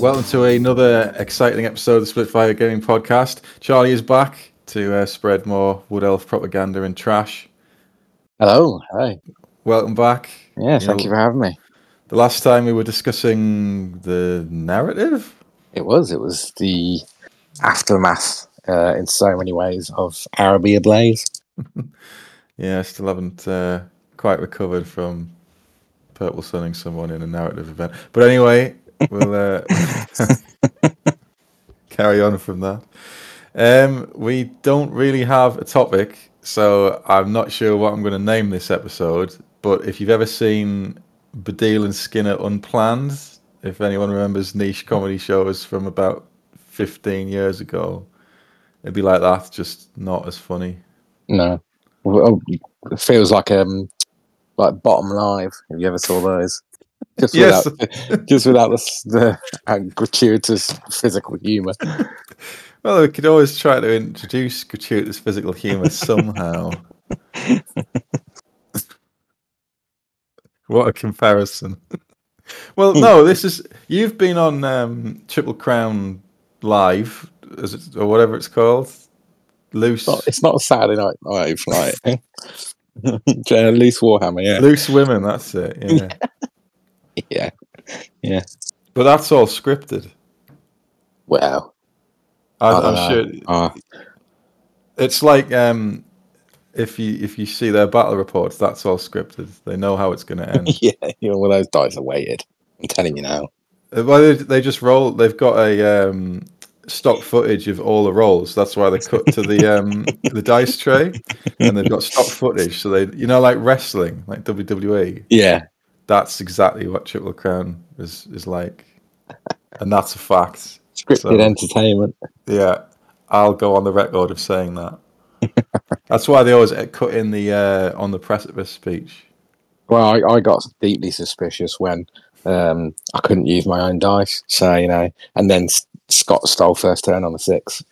Welcome to another exciting episode of the Splitfire Gaming Podcast. Charlie is back to uh, spread more Wood Elf propaganda and trash. Hello. Hi. Welcome back. Yeah, thank know- you for having me. The last time we were discussing the narrative, It was. It was the aftermath uh, in so many ways of Arabia Blaze. yeah, I still haven't uh, quite recovered from purple sunning someone in a narrative event. But anyway, we'll uh, carry on from that. Um, we don't really have a topic, so I'm not sure what I'm going to name this episode. But if you've ever seen Badil and Skinner Unplanned, if anyone remembers niche comedy shows from about 15 years ago, it'd be like that, just not as funny. No. Oh, It feels like um like bottom live. Have you ever saw those? Just Yes. without just without the, s- the uh, gratuitous physical humor. Well, we could always try to introduce gratuitous physical humour somehow. what a comparison! well, no, this is you've been on um, Triple Crown Live, as it's, or whatever it's called, loose It's not, it's not a Saturday night live like Jenna Loose Warhammer, yeah. loose women. That's it. Yeah, Yeah. but that's all scripted. Well. I, I don't I'm know. sure ah, It's like um, if you if you see their battle reports, that's all scripted. They know how it's going to end. yeah, you know, well those dice are weighted. I'm telling you now. Uh, Well, they, they just roll. They've got a um, stock footage of all the rolls. That's why they cut to the um, the dice tray, and they've got stock footage. So they, you know, like wrestling, like WWE. Yeah. That's exactly what Triple Crown is is like, and that's a fact. Scripted So- entertainment. Yeah, I'll go on the record of saying that. That's why they always uh, cut in the uh, on the precipice speech. Well, I, I got deeply suspicious when um, I couldn't use my own dice. So, you know, and then S- Scott stole first turn on the six.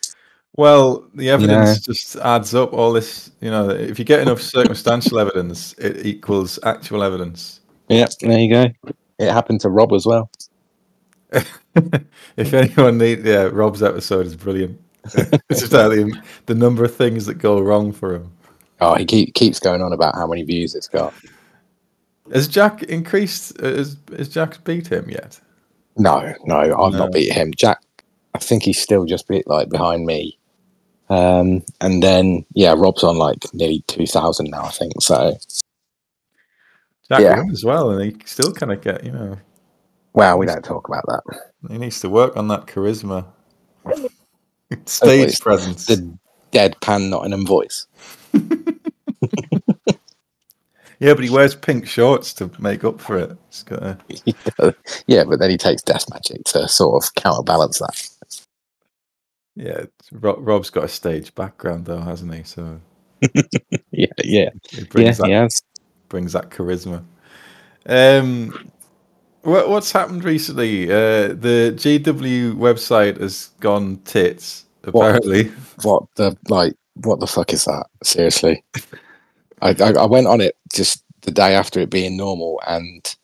Well, the evidence just adds up. All this, you know, if you get enough circumstantial evidence, it equals actual evidence. Yep, there you go. It happened to Rob as well. if anyone need, yeah, Rob's episode is brilliant. it's just out the, the number of things that go wrong for him. Oh, he keep, keeps going on about how many views it's got. Has Jack increased? uh, Has, has Jack beat him yet? No, no, I've No. not beat him. Jack, I think he's still just bit like behind me. Um, and then yeah, Rob's on like nearly two thousand now, I think. So Jack Yeah. won as well, and he still kind of get, you know, well, we don't talk about that. he needs to work on that charisma, stage it's presence. The deadpan Nottingham voice. Yeah, but he wears pink shorts to make up for it. He's got a- yeah, but then he takes death magic to sort of counterbalance that. Yeah, it's- Rob, Rob's got a stage background though, hasn't he? So Yeah, yeah, it brings that has. brings that charisma. Um, what, what's happened recently? Uh, the GW website has gone tits. What? Apparently, What the like? What the fuck is that? Seriously, I, I I went on it just the day after it being normal, and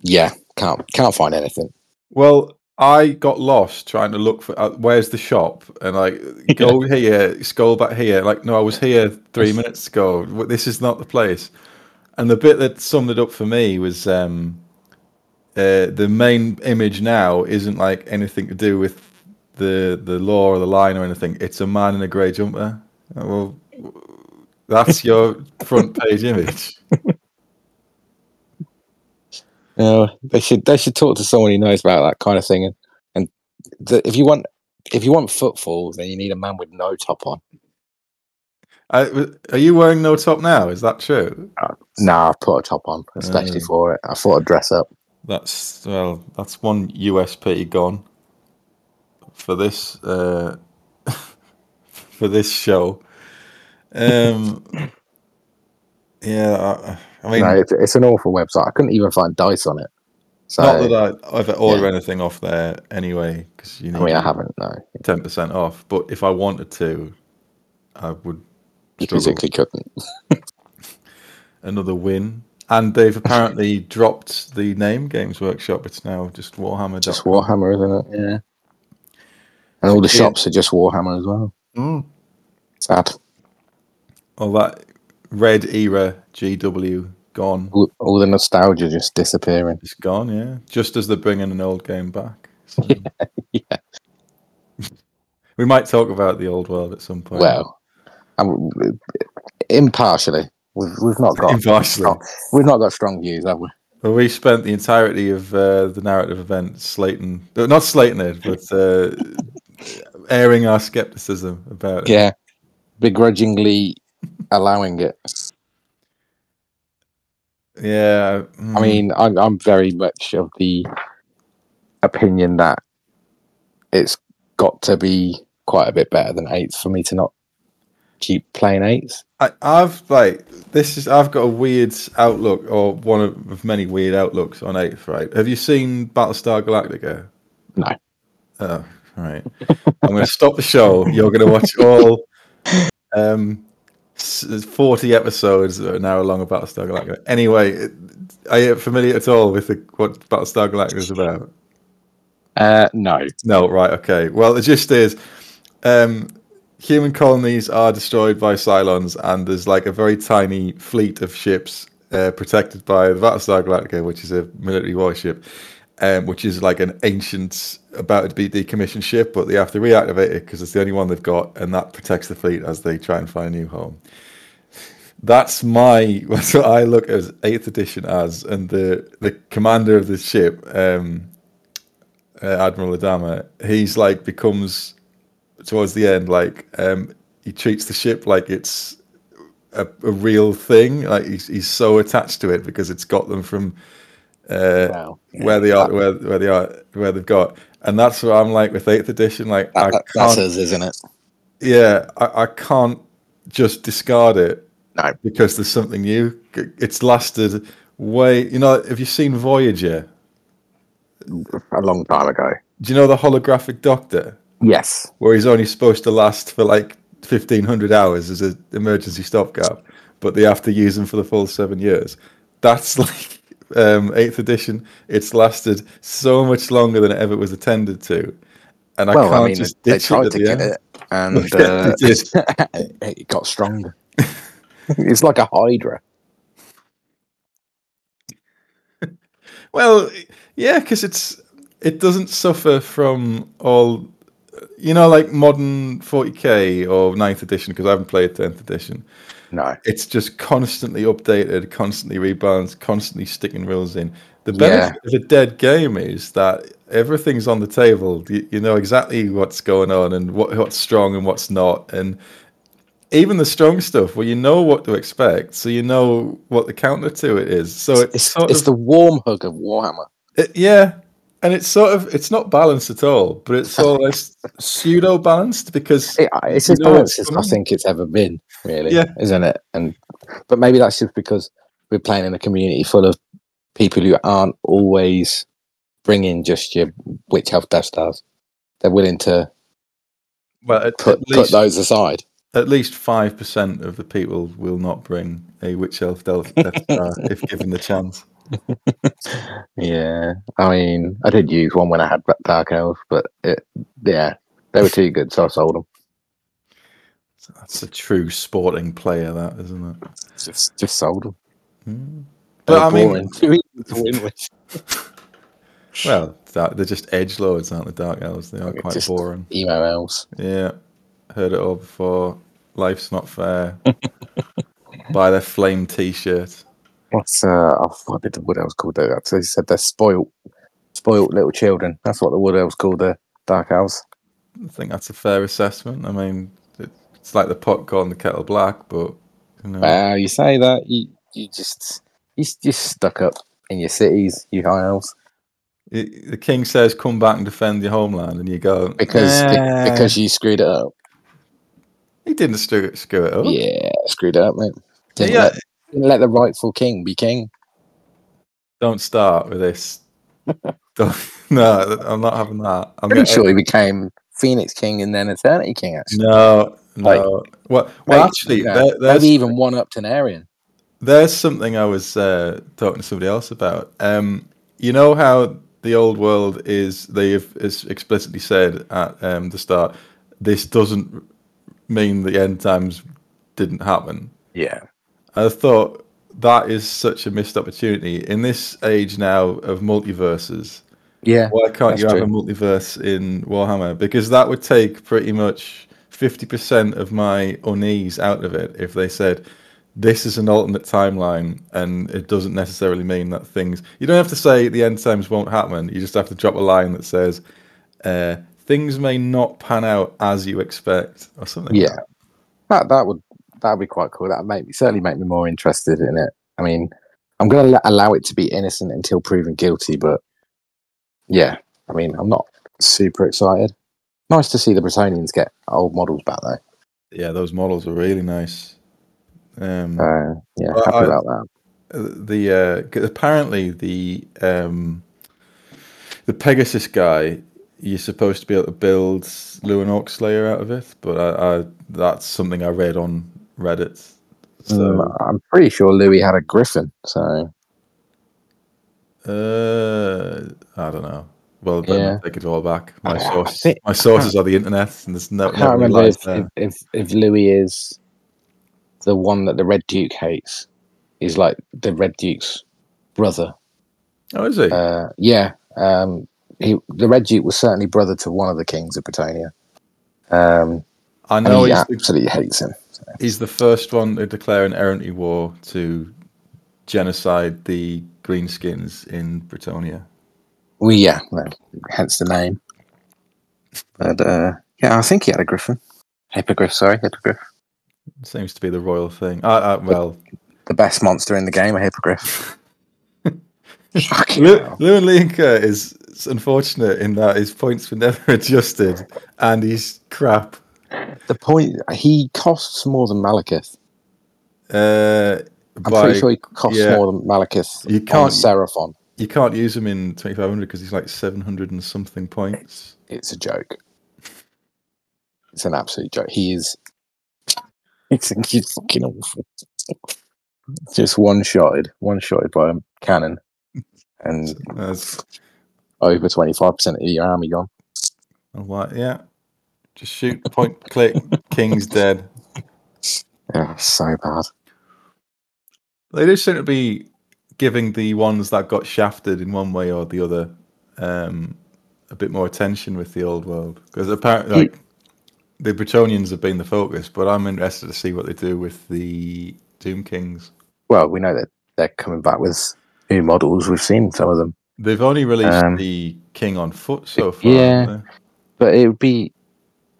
yeah, can't can't find anything. well, I got lost trying to look for uh, where's the shop, and like go here, scroll back here. Like, no, I was here three minutes ago. W- This is not the place. And the bit that summed it up for me was. Um, uh, the main image now isn't like anything to do with the the law or the line or anything. It's a man in a grey jumper. Uh, Well, that's your front page image. No, they should they should talk to someone who knows about that kind of thing. And and the, if you want if you want footfalls, then you need a man with no top on. I, w- are you wearing no top now? Is that true? Nah, I've put a top on, especially Mm. for it. I thought I'd dress up. That's well, that's one USP gone for this uh, for this show. Um, yeah, I, I mean, no, it's, it's an awful website. I couldn't even find dice on it. So not that I ever order anything off there anyway, because you need I mean, I to- haven't. No, ten percent off. But if I wanted to, I would you struggle. physically couldn't. Another win. And they've apparently dropped the name Games Workshop. It's now just Warhammer. Just Warhammer, isn't it? Yeah. And all the Yeah. shops are just Warhammer as well. Mm. Sad. All Oh, that red era GW gone. All, all the nostalgia just disappearing. It's gone, yeah. Just as they're bringing an old game back. So. yeah. We might talk about the old world at some point. Well, I'm, impartially, we've, we've not got Impartially. Oh. we've not got strong views, have we? Well, we spent the entirety of uh, the narrative event slating, no, not slating it, but uh, airing our skepticism about it. Yeah, begrudgingly allowing it. Yeah. mm, I mean, I'm I'm very much of the opinion that it's got to be quite a bit better than eights for me to not keep playing eights. I, I've like this is I've got a weird outlook or one of, of many weird outlooks on eighth. Right? Have you seen Battlestar Galactica? No. Oh, all right. I'm going to stop the show. You're going to watch all um, s- 40 episodes that are an hour long of Battlestar Galactica. Anyway, it- are you familiar at all with the, what Battlestar Galactica is about? Uh, no. No, right, okay. Well, the gist is um, human colonies are destroyed by Cylons, and there's like a very tiny fleet of ships uh, protected by the Battlestar Galactica, which is a military warship, um, which is like an ancient, about to be decommissioned ship, but they have to reactivate it because it's the only one they've got, and that protects the fleet as they try and find a new home. That's my that's what I look as eighth edition as, and the the commander of the ship. Um, uh, Admiral Adama, he's like becomes towards the end like um, he treats the ship like it's a, a real thing. Like he's he's so attached to it because it's got them from uh, Wow. where they are, to where where they are, to where they've got. And that's what I'm like with eighth edition. Like I That, that, that's can't, us, isn't it? yeah, I, I can't just discard it No. because there's something new. It's lasted way. You know, have you seen Voyager? A long time ago. Do you know the holographic Doctor? Yes. where he's only supposed to last for like 1500 hours as an emergency stopgap, but they have to use him for the full seven years. That's like um, eighth edition. It's lasted so much longer than it ever was attended to. And I well, can't I mean, just they ditch it. tried at to the get end. it, and Yeah, uh, they did. it got stronger. it's like a hydra. Well, yeah, because it's it doesn't suffer from all you know, like modern 40k or 9th edition, because I haven't played 10th edition. No. it's just constantly updated, constantly rebalanced, constantly sticking rules in. The Yeah. benefit of a dead game is that everything's on the table. You, you know exactly what's going on and what, what's strong and what's not. And even the strong stuff, well, you know what to expect. So you know what the counter to it is. So it's, It's, sort it's of, the warm hug of Warhammer. it- yeah. And it's sort of, it's not balanced at all, but it's almost pseudo balanced because It, it's You as know balanced it's as I coming. think it's ever been, really, Yeah. isn't it? And but maybe that's just because we're playing in a community full of people who aren't always bringing just your witch health death stars. They're willing to well, at, put at put least those aside. At least five percent of the people will not bring a witch elf Death Death Star if given the chance. Yeah, I mean, I did use one when I had Black Dark Elf, but it, yeah, they were too good, so I sold them. That's a true sporting player, that isn't it? Just just sold them. Hmm. They But I were mean- boring, too easy to win with. Well, that, they're just edge lords, aren't they? Dark elves. They are Okay, quite just- boring. Emo elves. Yeah, heard it all before. Life's not fair. Buy their flame T-shirt. What's uh? Oh, what did the Wood Elves called that? So he said they're spoilt, spoilt little children. That's what the Wood Elves call the Dark Elves. I think that's a fair assessment. I mean, it, it's like the pot calling the kettle black, but you know, Wow, Ah, you say that you you just you s- just stuck up in your cities, you High Elves, it- the king says, "Come back and defend your homeland," and you go because be- "Nah." because you screwed it up. He didn't screw it, screw it up. Yeah, screwed it up, mate. Didn't, Yeah. let, didn't let the rightful king be king. Don't start with this. Don't, no, th- I'm not having that. I'm Pretty getting- sure he became Phoenix King and then Eternity King. Actually, No, no. Like- well, well, Mate, actually, no, there, there's maybe even one up Tenarian. There's something I was uh, talking to somebody else about. Um, you know how the old world is, they've it's explicitly said at um, the start, this doesn't mean the end times didn't happen. Yeah. I thought that is such a missed opportunity in this age now of multiverses. Yeah. Why can't that's you have true. a multiverse in Warhammer? Because that would take pretty much 50% of my unease out of it if they said, this is an alternate timeline and it doesn't necessarily mean that things. You don't have to say the end times won't happen. You just have to drop a line that says, uh, things may not pan out as you expect or something. like Yeah. that. That that would that would be quite cool. That would make me certainly make me more interested in it. I mean, I'm going to allow it to be innocent until proven guilty, but yeah, I mean, I'm not super excited. Nice to see the Bretonians get old models back though. Yeah, those models were really nice. Um, So yeah, Well, happy I- about that. the uh, 'cause apparently the um, the Pegasus guy you're supposed to be able to build Luan Orc Slayer out of it, but I, I that's something I read on Reddit. So Mm, I'm pretty sure Louis had a griffin, so uh, I don't know. Well, then Mm. Yeah. take it all back. I- My I sources, think- my sources are the internet, and there's no. I can't no remember lies if, there. if, if if Louis is the one that the Red Duke hates. He's like the Red Duke's brother. oh, is he? Uh, yeah, um, he, the Red Duke was certainly brother to one of the kings of Britannia. Um, I and know he he's the absolutely hates him. He's the first one to declare an errantry war to genocide the greenskins in Britannia. Well, yeah, no, hence the name. But uh, yeah, I think he had a griffin. Hippogriff, sorry, hippogriff. Seems to be the royal thing. Uh, uh, well, The best monster in the game, a hippogriff. Fucking Lu- hell. Lewin Linker is is unfortunate in that his points were never adjusted, and he's crap. The point, he costs more than Malekith. Uh, I'm by, pretty sure he costs yeah. more than Malekith You on can't- Seraphon. you can't use him in 2500 because he's like 700 and something points. It's a joke. It's an absolute joke. He is. He's, he's fucking awful. Just one shotted, one shotted by a cannon, and That's over twenty five percent of your army gone. a lot. Yeah, just shoot, point, click. King's dead. Yeah, so bad. They do seem to be giving the ones that got shafted in one way or the other um, a bit more attention with the old world because apparently Hmm. like, the Bretonians have been the focus, but I'm interested to see what they do with the Doom Kings. Well, we know that they're coming back with new models. We've seen some of them, They've only released Um, the King on foot so far. yeah. haven't but it would be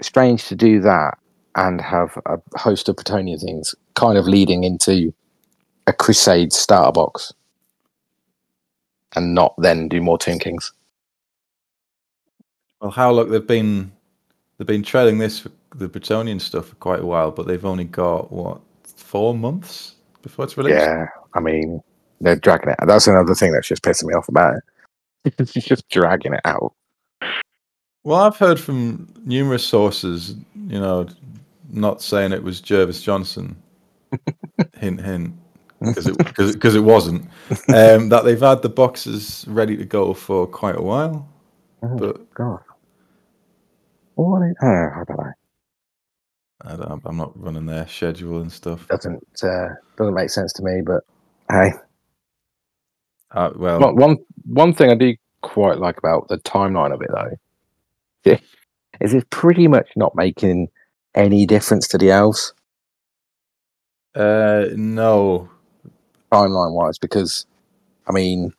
strange to do that and have a host of Petonia things kind of leading into a Crusade starter box, and not then do more Tomb Kings. they? Well, how look they've been they've been trailing this for the Bretonian stuff for quite a while, but they've only got what four months before it's released. Yeah, I mean, they're dragging it. out. That's another thing that's just pissing me off about it. it's just dragging it out. Well, I've heard from numerous sources, you know, not saying it was Jervis Johnson, hint, hint, because it, cause, it- 'cause it wasn't, um, that they've had the boxes ready to go for quite a while. Oh. But God. What? Is, oh, I don't know. I don't, I'm not running their schedule and stuff. Doesn't uh, doesn't make sense to me. But hey, Uh, well, one one one thing I do quite like about the timeline of it though, is it's pretty much not making any difference to the elves uh, no. timeline wise because, I mean,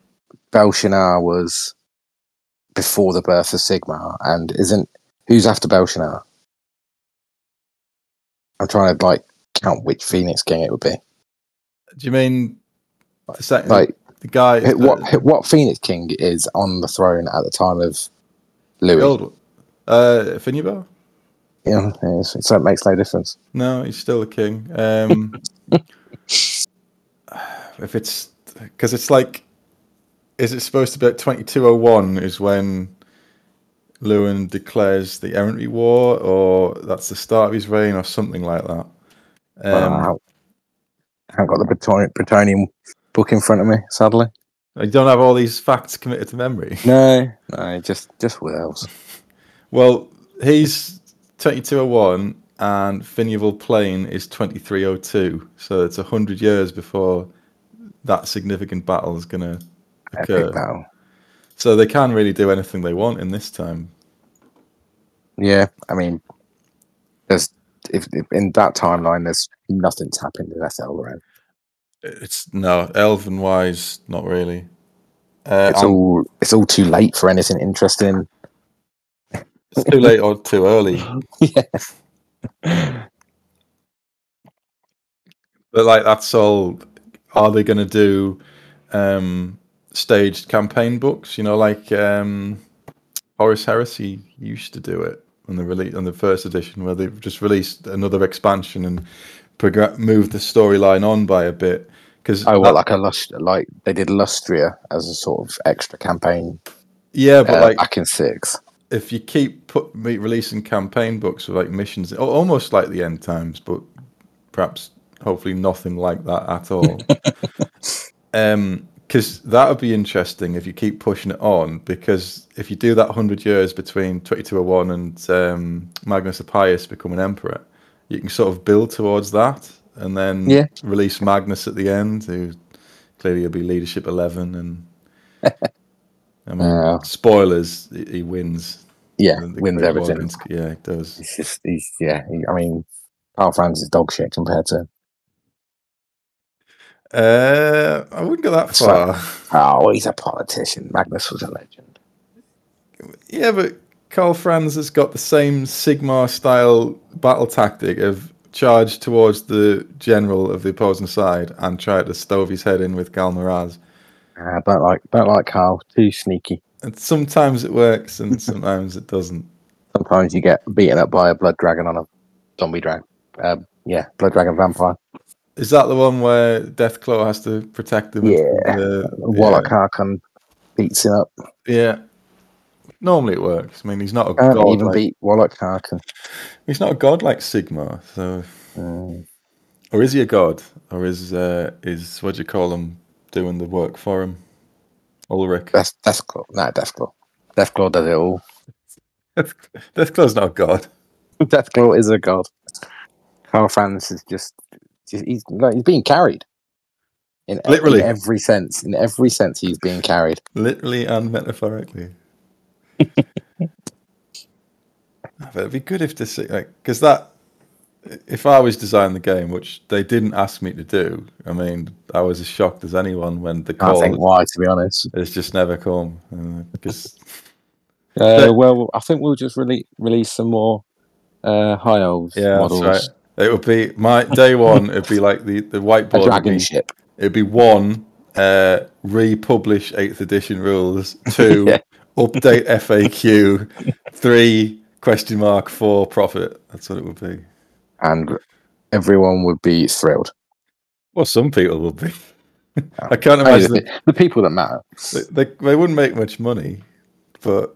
Belshazzar was before the birth of Sigmar, and isn't who's after Belshazzar? I'm trying to like count which Phoenix King it would be. Do you mean the second, Like the guy, who- what who- what Phoenix King is on the throne at the time of the Louis? old one? Uh, Finnebar? You know, it's- so it makes no difference. No, he's still the king. Um, if it's because it's like, is it supposed to be like twenty two oh one is when Lewin declares the errantry war, or that's the start of his reign, or something like that? Um, Wow. how, haven't got the Breton- Bretonian book in front of me, sadly. I don't have all these facts committed to memory. No, no, just just Wales. Well, he's 2201 and Finuval Plain is 2302. So it's 100 years before that significant battle is going to Epic occur. battle. So they can really do anything they want in this time. Yeah, I mean, there's if, if in that timeline, there's nothing's happened in SL It's no elven wise, not really. Uh, It's and all it's all too late for anything interesting. it's too late or too early. yeah, But like that's all. Are they going to do um, staged campaign books? You know, like um, Horace Heresy used to do it on the release on the first edition, where they've just released another expansion and progr- moved the storyline on by a bit. Because oh, well, like a lust, like they did Lustria as a sort of extra campaign yeah, but uh, like back in six. if you keep put me, releasing campaign books with like missions, al- almost like the end times, but perhaps hopefully nothing like that at all. Because that would be interesting if you keep pushing it on. Because if you do that hundred years between twenty two oh one and um, Magnus the Pious becoming emperor, you can sort of build towards that, and then Yeah. release Magnus at the end, who clearly will be leadership eleven and. I mean, Yeah. spoilers, he he wins Yeah, the- the Oh. wins Great everything. Warden. Yeah, it does. He's just, he's, yeah, he, I mean, Carl Franz is dog shit compared to. Uh, I wouldn't go that So- far. Oh, he's a politician. Magnus was a legend. yeah, but Carl Franz has got the same Sigma style battle tactic of charge towards the general of the opposing side and try to stove his head in with Galmaraz. Uh, don't like, don't like Carl. Too sneaky. And sometimes it works and sometimes it doesn't. Sometimes you get beaten up by a blood dragon on a zombie dragon. Uh, yeah, blood dragon vampire. Is that the one where Deathclaw has to protect him? Yeah, The, Warlock Harkon beats him up. yeah. yeah. Normally it works. I mean, he's not a Can't god. even like, beat Warlock Harkon. he's not a god like Sigma, so Mm. Or is he a god? Or is uh, is what do you call him doing the work for him? Ulrich. That's that's cool. Nah, Deathclaw. Deathclaw does it all. Deathclaw's not a god. Deathclaw is a god. Carl Franz is just, just he's like, he's being carried. In e- in Literally. every sense, in every sense, he's being carried. Literally and metaphorically. but it'd be good if this like because that if I was designing the game, which they didn't ask me to do, I mean, I was as shocked as anyone when the Can't call think why, to be honest. has just never come. uh, Because Uh, well, I think we'll just release release some more uh, high elves yeah, that's models. right. It would be my day one. It'd be like the the whiteboard. A would dragon be- ship. It'd be one, uh, republish eighth edition rules. Two, Yeah. update FAQ. Three, question mark. Four, profit. That's what it would be. and everyone would be thrilled. Well, some people will be. I can't imagine the, the people that matter. that they, they, they wouldn't make much money, but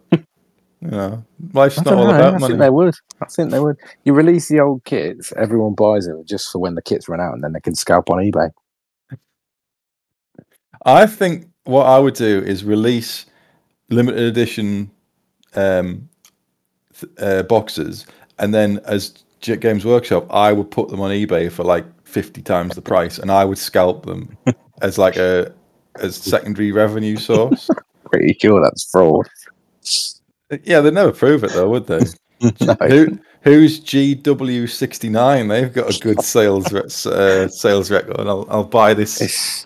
you know, life's I not don't all know, about I money. think they would. I think they would. You release the old kits, everyone buys them just for when the kits run out, and then they can scalp on eBay. I think what I would do is release limited edition um, th- uh, boxes, and then as J- Games Workshop, I would put them on eBay for like fifty times the price, and I would scalp them as like a as secondary revenue source. Pretty sure that's fraud. yeah, they'd never prove it though, would they? No. Who, who's GW sixty nine? They've got a good sales re- s- uh, sales record. I'll, I'll buy this It's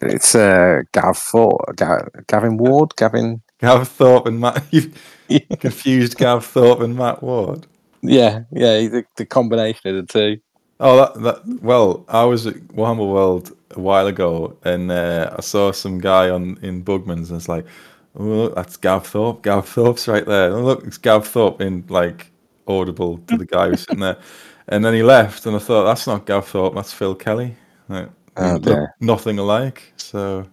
it's uh, Gav Four, Ga- Gavin Ward, Gavin. Gav Thorpe and Matt. You've confused Gav Thorpe and Matt Ward. Yeah, yeah, he's the, the combination of the two. Oh, that, that well, I was at Warhammer World a while ago, and uh, I saw some guy on in Bugman's, and it's like, oh, look, that's Gav Thorpe. Gav Thorpe's right there. Oh, look, it's Gav Thorpe in like audible to the guy who's sitting there, and then he left, and I thought that's not Gav Thorpe, that's Phil Kelly. Like, they Oh, look dear. nothing alike. So,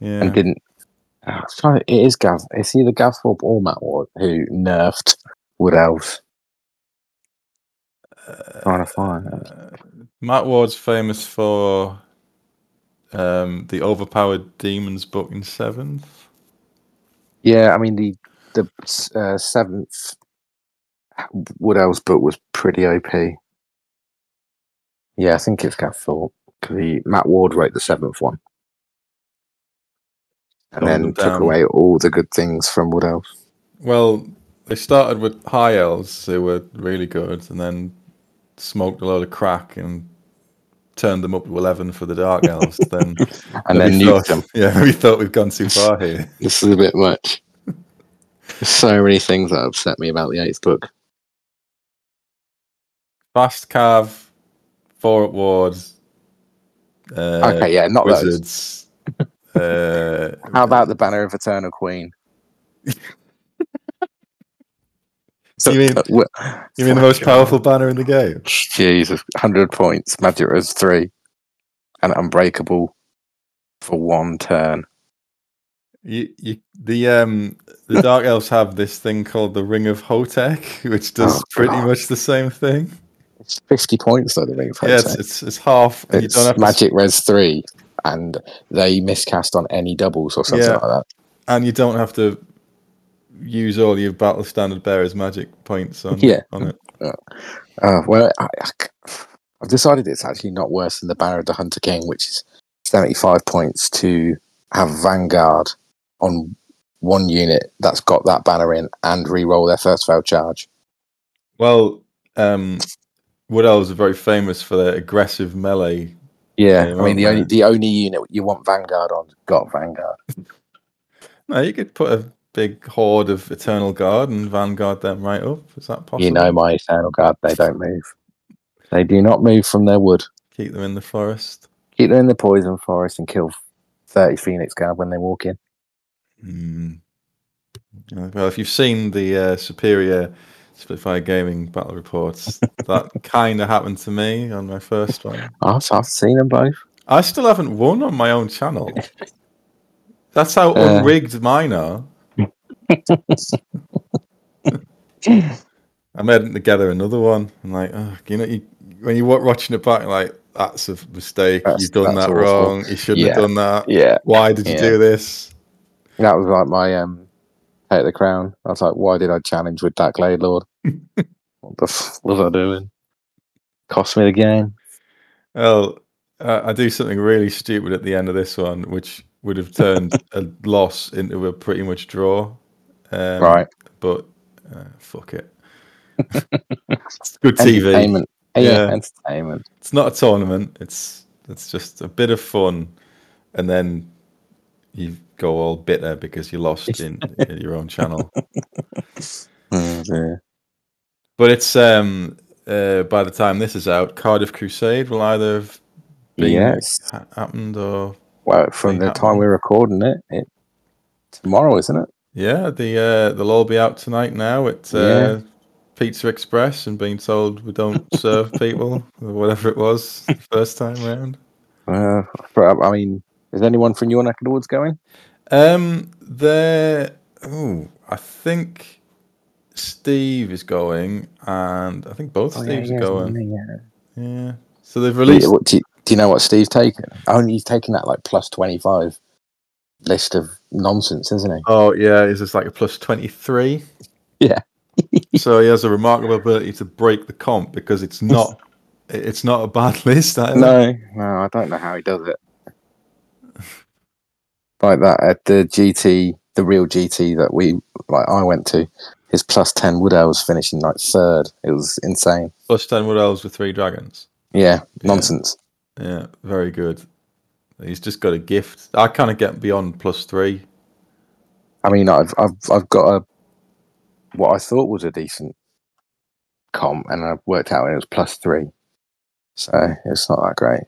yeah, And didn't. Ah, I was trying to- it is Gav. It's either Gav Thorpe or Matt Ward who nerfed Wood Elves. Uh, Trying to find. it. uh, Matt Ward's famous for um, the overpowered demons book in seventh. Yeah, I mean the the uh, seventh Wood Elves book was pretty OP. Yeah, I think it's Gav Thorpe. 'cause he- Matt Ward wrote the seventh one, and Hold then them took down. away all the good things from Wood Elves. Well, they started with high elves who were really good, and then smoked a load of crack and turned them up to eleven for the dark elves. then and then we thought, nuked them. Yeah, we thought we've gone too far here. This is a bit much. There's so many things that upset me about the eighth book. Fast Cav, Four Up Wards. Uh, okay, yeah, not those. Wizards. uh, How about the Banner of Eternal Queen? you mean uh, you mean the most powerful banner in the game? Jesus, hundred points. Magic Rose three, and Unbreakable for one turn. You, you, the um, the Dark Elves have this thing called the Ring of Hotek, which does Oh, pretty God. much the same thing. It's fifty points though. The Ring of Yeah, Hotek. it's, it's it's half, and It's you don't have to, Magic Res three, and they miscast on any doubles or something Yeah. like that. and you don't have to use all your battle standard bearers magic points on Yeah. on it. Uh, well, I, have decided it's actually not worse than the Banner of the Hunter King, which is 75 points to have Vanguard on one unit that's got that banner in and re-roll their first failed charge. Well, um, Wood Elves are very famous for their aggressive melee. Yeah, Yeah, I mean the well, only yeah. the only unit you want Vanguard on got Vanguard. Now you could put a big horde of Eternal Guard and Vanguard them right up. Is that possible? You know my Eternal Guard, they don't move. They do not move from their wood. keep them in the forest. Keep them in the poison forest and kill 30 Phoenix Guard when they walk in. Mm. Well, if you've seen the uh, Superior Splitfire Gaming battle reports, that kind of happened to me on my first one. I've, I've seen them both. I still haven't won on my own channel. That's how Uh. unrigged mine are. I'm heading together another one. I'm like, oh, you know, you, when you were watching it back, you're like that's a mistake. That's- You've done that's that awful. wrong. You shouldn't have Yeah. done that. Yeah. Why did you Yeah. do this? That was like my um, take the crown. I was like, why did I challenge with that Glade Lord? what the f was I doing? Cost me the game. Well, uh, I do something really stupid at the end of this one, which would have turned a loss into a pretty much draw. Um, right. But uh, fuck it. it's good TV. Entertainment. Yeah, Yeah. entertainment. It's not a tournament. It's it's just a bit of fun, and then you go all bitter because you lost in, in your own channel. Oh, Mm, yeah. But it's um uh, by the time this is out, Cardiff Crusade will either have been Yes. ha- happened or Well, from Been the time happening. we're recording it, it tomorrow, isn't it? Yeah, the uh, they'll all be out tonight now at uh, Pizza Express and being told we don't serve people or whatever it was the first time round. Uh, for- I mean, is anyone from your neck of the woods going? Um, there. Oh, I think Steve is going, and I think both Oh, yeah, Steves yeah, are going. yeah, yeah. Yeah. So they've Do you- released. what- Do you, do you know what Steve's taken? Oh, he's taken that like plus 25 list of nonsense, isn't he? Oh yeah, is this like a plus twenty three? Yeah. so he has a remarkable ability to break the comp because it's not. It's not a bad list. either. No, no, I don't know how he does it. Like that at the GT, the real GT that we like, I went to. His plus ten Wood Elves finishing like third. It was insane. Plus ten wood elves with three dragons. Yeah, nonsense. Yeah, very good. He's just got a gift. I kind of get beyond plus three. I mean, I've I've I've got a what I thought was a decent comp, and I worked out it was plus three. So it's not that great.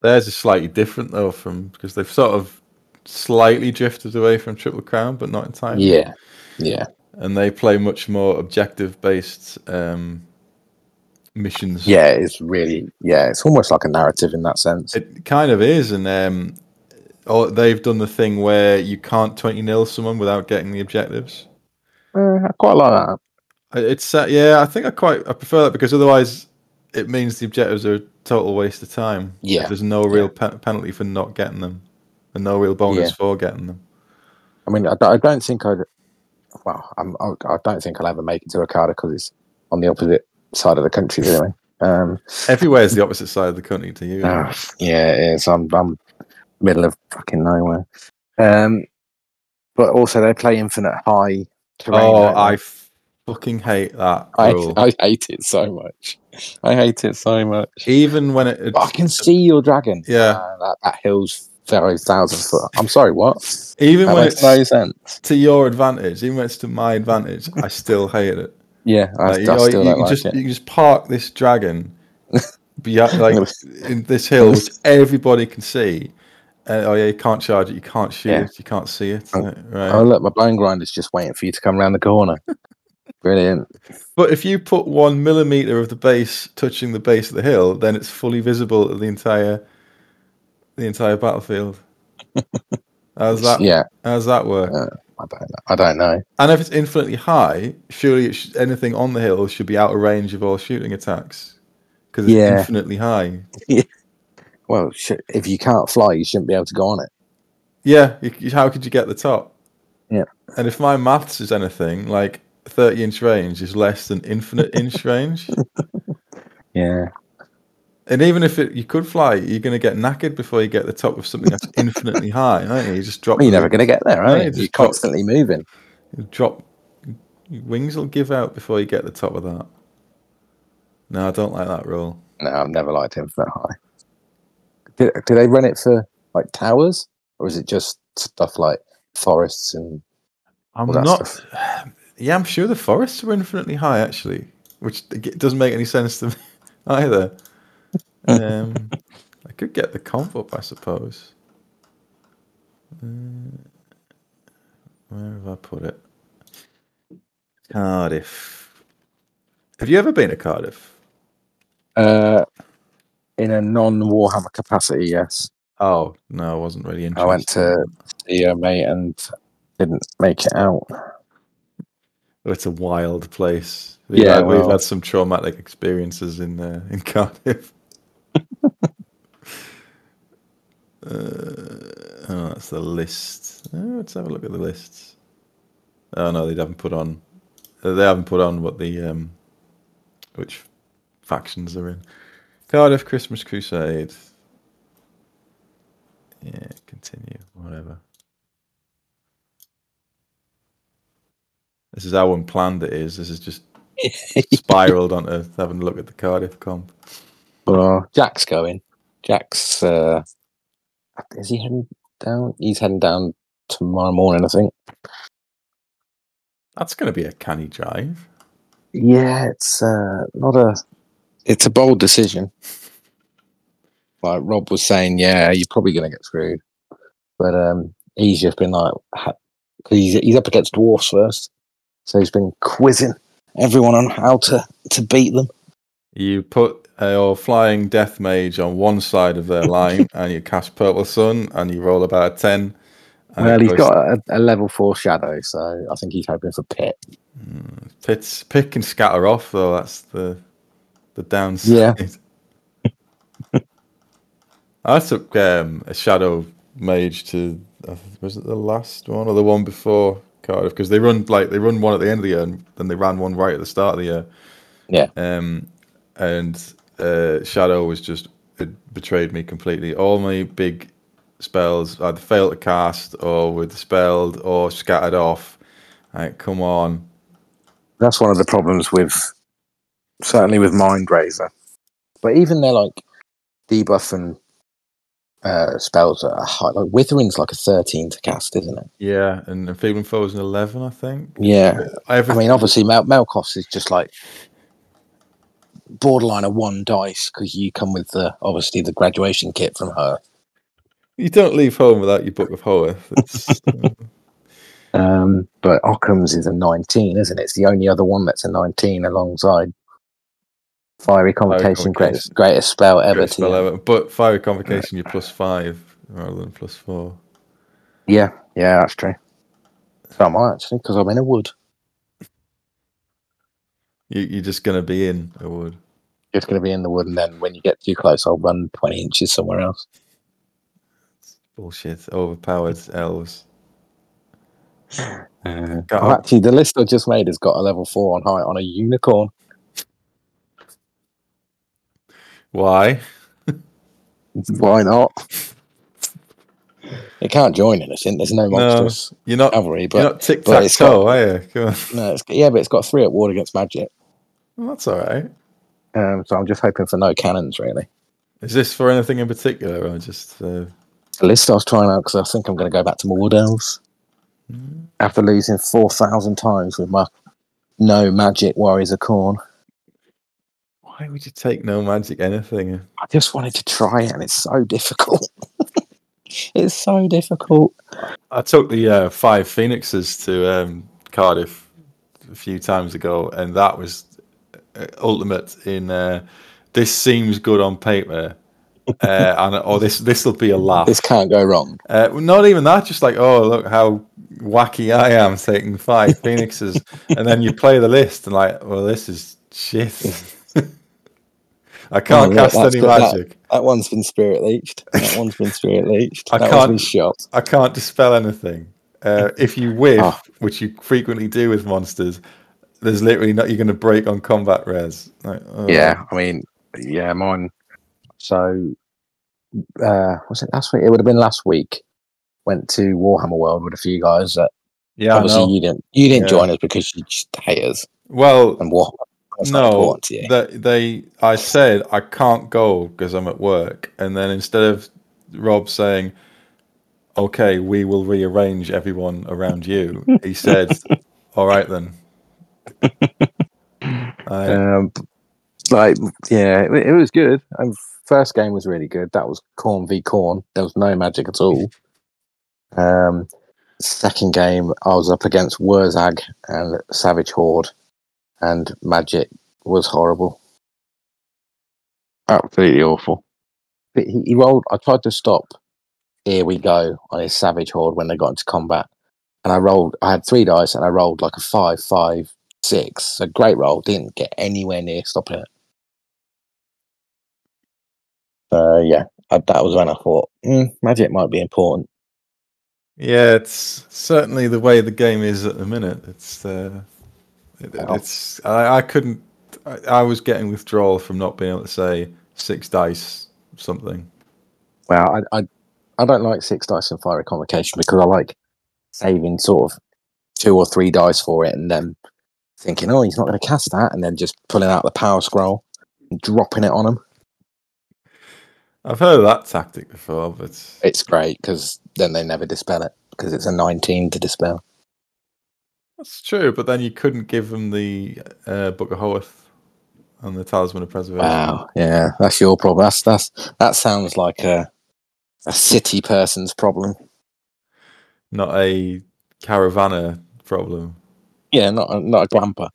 Theirs is slightly different though, from because they've sort of slightly drifted away from Triple Crown, but not entirely. Yeah, yeah, And they play much more objective based um, missions. yeah. It's really yeah. It's almost like a narrative in that sense. It kind of is. And um, oh, they've done the thing where you can't 20 nil someone without getting the objectives. Uh, I quite like that. I- It's uh, yeah, I think I quite I prefer that because otherwise it means the objectives are a total waste of time. Yeah. There's no real pe- penalty for not getting them, and no real bonus Yeah. for getting them. I mean, I, don't- I don't think I'd. Well, I'm, I I don't think I'll ever make it to Okada because it's on the opposite side of the country, really. Um, Everywhere's the opposite side of the country to you. isn't it? ah, yeah, it is. I'm, I'm middle of fucking nowhere. Um, but also, they play Infinite High terrain. oh, don't they? I f- fucking hate that I, rule. I hate it so much. I hate it so much. Even when it, But I can see your dragon. Yeah. Uh, that, that hill's very thousand foot. I'm sorry, what? even That when makes it's no sense. to your advantage, even when it's to my advantage, I still hate it. Yeah, I, Like, you, I know, still you don't can like just it. you can just park this dragon, beyond, like in this hill, which everybody can see. And, oh yeah, you can't charge it. You can't shoot Yeah. it. You can't see it. Oh. Right. Oh look, my bone grinder's just waiting for you to come around the corner. Brilliant. But if you put one millimeter of the base touching the base of the hill, then it's fully visible to the entire the entire battlefield. How's that? Yeah, How's that work? Uh, I don't. know. I don't know. And if it's infinitely high, surely it sh- anything on the hill should be out of range of all shooting attacks because it's Yeah. infinitely high. Well, sh- if you can't fly, you shouldn't be able to go on it. Yeah, you, you- how could you get the top? Yeah. And if my maths is anything, like 30 inch range is less than infinite inch range. Yeah. And even if it, you could fly, you're going to get knackered before you get the top of something that's infinitely high, aren't you? You just drop, Well, you're the- never going to get there, No, are you you? just You're drop- constantly moving. you drop, your wings will give out before you get the top of that. No, I don't like that rule. No, I've never liked Infinite High. Do, do they run it for like towers, or is it just stuff like forests and? I'm Well, not. that's Yeah, I'm sure the forests were infinitely high, actually, which d- g- doesn't make any sense to me either. Um, I could get the comp up, I suppose. Uh, where have I put it? Cardiff. Have you ever been to Cardiff? Uh, in a non-Warhammer capacity, yes. Oh no, I wasn't really I interested. went to see a mate and didn't make it out. It's a wild place. We've Yeah, had, we've well- had some traumatic experiences in uh, in Cardiff. uh, oh, that's the list. Uh, let's have a look at the lists. Oh no, they haven't put on. uh, They haven't put on what the um, which factions are in. Cardiff Christmas Crusade. Yeah, continue. Whatever. This is how unplanned it is. This is just spiraled onto having a look at the Cardiff comp. Well, Jack's going. Jack's uh, is he heading down? He's heading down tomorrow morning, I think. That's going to be a canny drive. Yeah, it's uh, not a. It's a bold decision. Like Rob was saying, yeah, you're probably going to get screwed, but um, he's just been like, ha- 'cause he's he's up against dwarfs first, so he's been quizzing everyone on how to to beat them. You put uh, your flying death mage on one side of their line, and you cast purple sun, and you roll about a ten. and it well, he's goes- got a, a level four shadow, so I think he's hoping for pit. Mm, pits pick and scatter off though. That's the the downside. Yeah. I took um, a shadow mage to I th- was it the last one or the one before Cardiff because they run like they run one at the end of the year and then they ran one right at the start of the year. Yeah. Um, and uh, shadow was just it betrayed me completely. All my big spells either failed to cast or were dispelled or scattered off. Like, come on. That's one of the problems with certainly with Mindraiser. But even their like debuff and uh, spells are high. Like Withering's like a thirteen to cast, isn't it? Yeah, and and Feeling Foe was an 11, I think. Yeah. I Every, mean, obviously Mal- Malkoff's is just like borderline a one dice because you come with the obviously the graduation kit from her. you don't leave home without your Book of Howarth. It's, Um, but Occam's is a nineteen, isn't it? It's the only other one that's a nineteen alongside Fiery Convocation, greatest, Convocation. greatest spell ever. great to spell you. ever. But Fiery Convocation, you're plus five rather than plus four. Yeah, yeah, that's true. So am I actually, because I'm in a wood. You, you're just going to be in a wood. just going to be in the wood, and then when you get too close, I'll run 20 inches somewhere else. Bullshit. Overpowered elves. Uh, Got oh, up. actually, the list I just made has got a level four on height on a unicorn. Why? Why not? They can't join anything. There's no monstrous You're not. cavalry, you're but not tic tac it's got- toe, are you? Come on. no, it's, yeah, but it's got three at ward against magic. Well, that's all right. Um, so I'm just hoping for no cannons, really. Is this for anything in particular, or just? Uh... The list I was trying out because I think I'm going to go back to my wood elves hmm? after losing four thousand times with my no magic warriors of corn. Why would you take no magic anything? I just wanted to try it, and it's so difficult. it's so difficult. I took the uh, five phoenixes to um, Cardiff a few times ago, and that was uh, ultimate. In uh, this seems good on paper, uh, and or this this will be a laugh. This can't go wrong. Uh, well, not even that, just like, oh, look how wacky I am taking five phoenixes. and then you play the list and, like, well, this is shit. I Oh, can't look, cast that's any good, that- magic. That one's been spirit leached. That one's been spirit leached. I that can't- one's been shot. I can't dispel anything. Uh, if you whiff, Ah. which you frequently do with monsters, there's literally not, you're going to break on combat res. Like, oh, Yeah, I mean, yeah, mine. So, uh, was it last week? It would have been last week. Went to Warhammer World with a few guys that Yeah, I obviously know. you didn't you didn't Yeah. join us because you just hate us Well, and Warhammer. That's not no, important to you. that they. I said I can't go because I'm at work, and then instead of Rob saying, "Okay, we will rearrange everyone around you," he said, "All right then." I, Um, b- like, yeah, it, it was good. And first game was really good. That was corn v corn. There was no magic at all. Um, second game, I was up against Wurzag and Savage Horde, and magic was horrible. Absolutely awful. But he, he rolled. I tried to stop. Here we go on his Savage Horde when they got into combat, and I rolled. I had three dice, and I rolled like a five, five, six. So great roll. Didn't get anywhere near stopping it. Uh, yeah, I, that was when I thought mm, magic might be important. yeah, it's certainly the way the game is at the minute. It's uh, it, Wow. it's I, I couldn't. I, I was getting withdrawal from not being able to say six dice something. Well, I, I I don't like six dice and fiery convocation because I like saving sort of two or three dice for it and then thinking, oh, he's not going to cast that, and then just pulling out the power scroll and dropping it on him. I've heard of that tactic before, but It's great because then they never dispel it because it's a nineteen to dispel. That's true, but then you couldn't give them the uh, Book of Hoeth and the Talisman of Preservation. Wow, yeah, that's your problem. That's that's that sounds like a a city person's problem. Not a caravaner problem. Yeah, not a, not a glamper.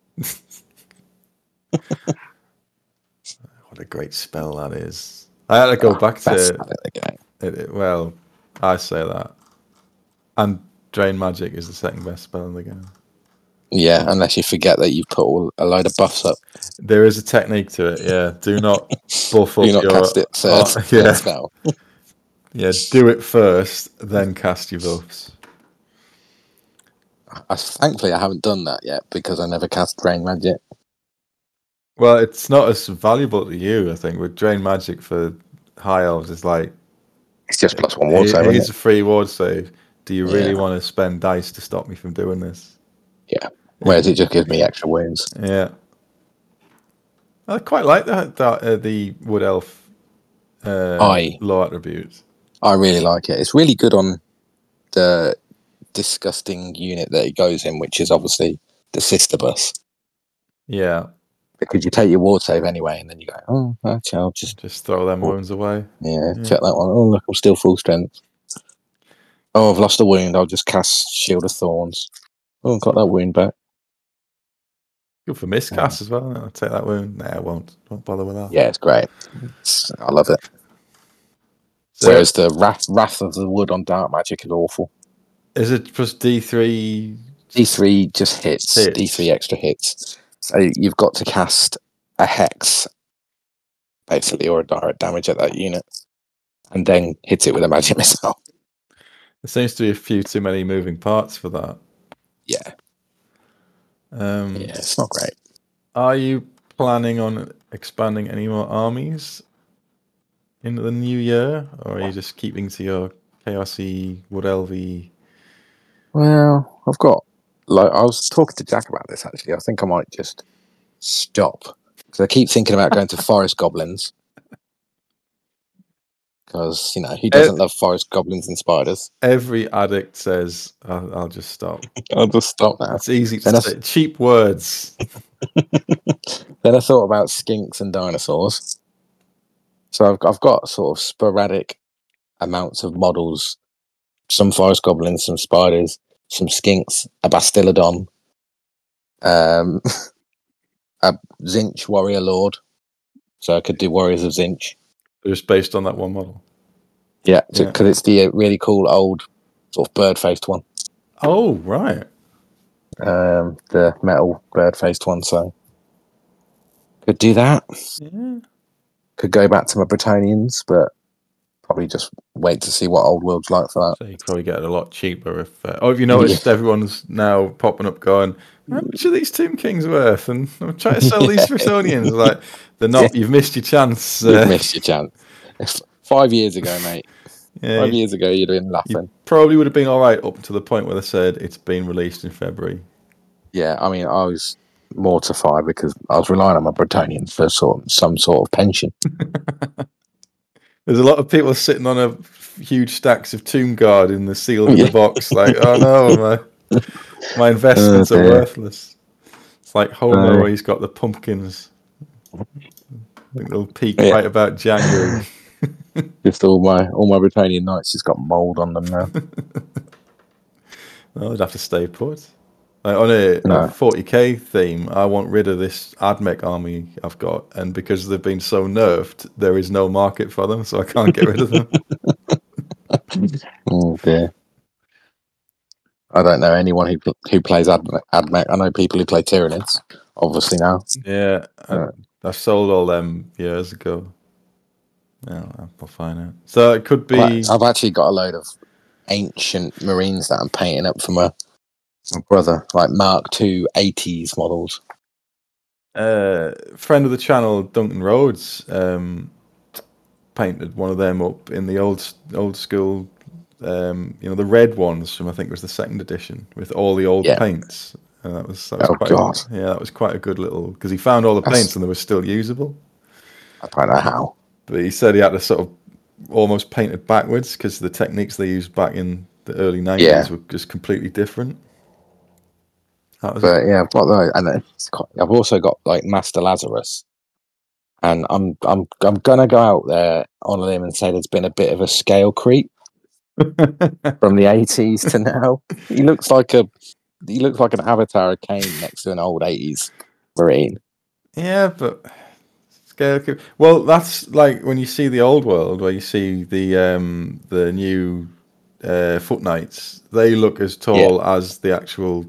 What a great spell that is. I had to go Ah, back That's to not it again. it, it- Well, I say that. And Drain Magic is the second best spell in the game. Yeah, unless you forget that you put all, a load of buffs up. There is a technique to it, yeah. Do not buff up Do not your. cast it third, oh, third yeah, spell. yeah, do it first, then cast your buffs. I, thankfully, I haven't done that yet because I never cast Drain Magic. Well, it's not as valuable to you, I think. With Drain Magic for High Elves, it's like It's just plus one It- ward it save. is a free ward save. Do you really Yeah. want to spend dice to stop me from doing this? Whereas it just gives me extra wounds. Yeah. I quite like that, that uh, the wood elf uh, Aye. law attributes. I really like it. It's really good on the disgusting unit that it goes in, which is obviously the sister bus. Yeah, Because you take your ward save anyway, and then you go, oh, actually, I'll just just throw them Oh. wounds away. yeah, Yeah. check that one. Oh, look, I'm still full strength. Oh, I've lost a wound. I'll just cast Shield of Thorns. Oh, I've got that wound back. Good for miscast as well. I'll take that wound. Nah, I won't. Won't bother with that. Yeah, it's great. It's- I love it. So Whereas the Wrath, Wrath of the Wood on Dark Magic is awful. is it plus D three? D3 just hits, Hits. D3 extra hits. So you've got to cast a hex basically, or a direct damage at that unit, and then hit it with a magic missile. There seems to be a few too many moving parts for that. Yeah, Um, yeah, it's not great. Are you planning on expanding any more armies into the new year, or are you just keeping to your KRC Wood LV? Well, I've got like I was talking to Jack about this actually. I think I might just stop because I keep thinking about going to forest goblins because you know who doesn't love forest goblins and spiders? Every addict says, "I'll, I'll just stop." I'll just stop now. It's easy Then to I- say. Cheap words. Then I thought about skinks and dinosaurs. So I've I've got sort of sporadic amounts of models, some forest goblins, some spiders, some skinks, a bastillodon, um, a zinch warrior lord. So I could do warriors of zinch. Just based on that one model. Yeah, Yeah. because it's the uh, really cool old sort of bird faced one, Oh right. um, the metal bird faced one. So could do that. Yeah. could go back to my Bretonians, but probably just wait to see what old world's like for So you probably get it a lot cheaper if. Uh, oh, have you noticed everyone's now popping up going, "How much are these Tomb Kings worth?" And I'm trying to sell these Brisonians. Like they're not. You've missed your chance. that. You've Uh, missed your chance. Five years ago, mate. yeah, Five years ago, you'd have been laughing. probably would have been all right up to the point where they said it's been released in February. Yeah, I mean, I was mortified because I was relying on my Bretonians for sort some sort of pension. There's a lot of people sitting on a f- huge stacks of Tomb Guard in the seal in the Yeah. box. Like, oh no, my my investments Oh, are dear. Oh. worthless. It's like Homer, No. where he's got the pumpkins. I think they'll peak Yeah. right about January. Just all my all my Bretonian knights just got mould on them now. No, I'd have to stay put. Like on a No. forty k theme, I want rid of this AdMech army I've got, and because they've been so nerfed, there is no market for them, so I can't get rid of them. oh dear. I don't know anyone who pl- who plays Admech. Admech. I know people who play Tyranids, obviously now. Yeah, I, Yeah. I sold all them years ago. Yeah, I'll find out. So it could be. Well, I've actually got a load of ancient Marines that I'm painting up for my, my brother, like Mark II 80s models. uh, friend of the channel, Duncan Rhodes, um, painted one of them up in the old old school, um, you know, the red ones from I think it was the second edition with all the old Yeah. paints. And that was, that was Oh, quite God. yeah, that was quite a good little because he found all the That's- paints and they were still usable. I don't know how. But he said he had to sort of almost paint it backwards because the techniques they used back in the early nineties Yeah. were just completely different. That was But yeah, I've got those, and it's quite, I've also got like Master Lazarus. And I'm I'm I'm gonna go out there on a limb and say there's been a bit of a scale creep from the 80s to now. He looks like a he looks like an avatar of Kane next to an old 80s Marine. Yeah, but scale. co- Well, that's like when you see the old world, where you see the um, the new uh, foot knights. They look as tall as the actual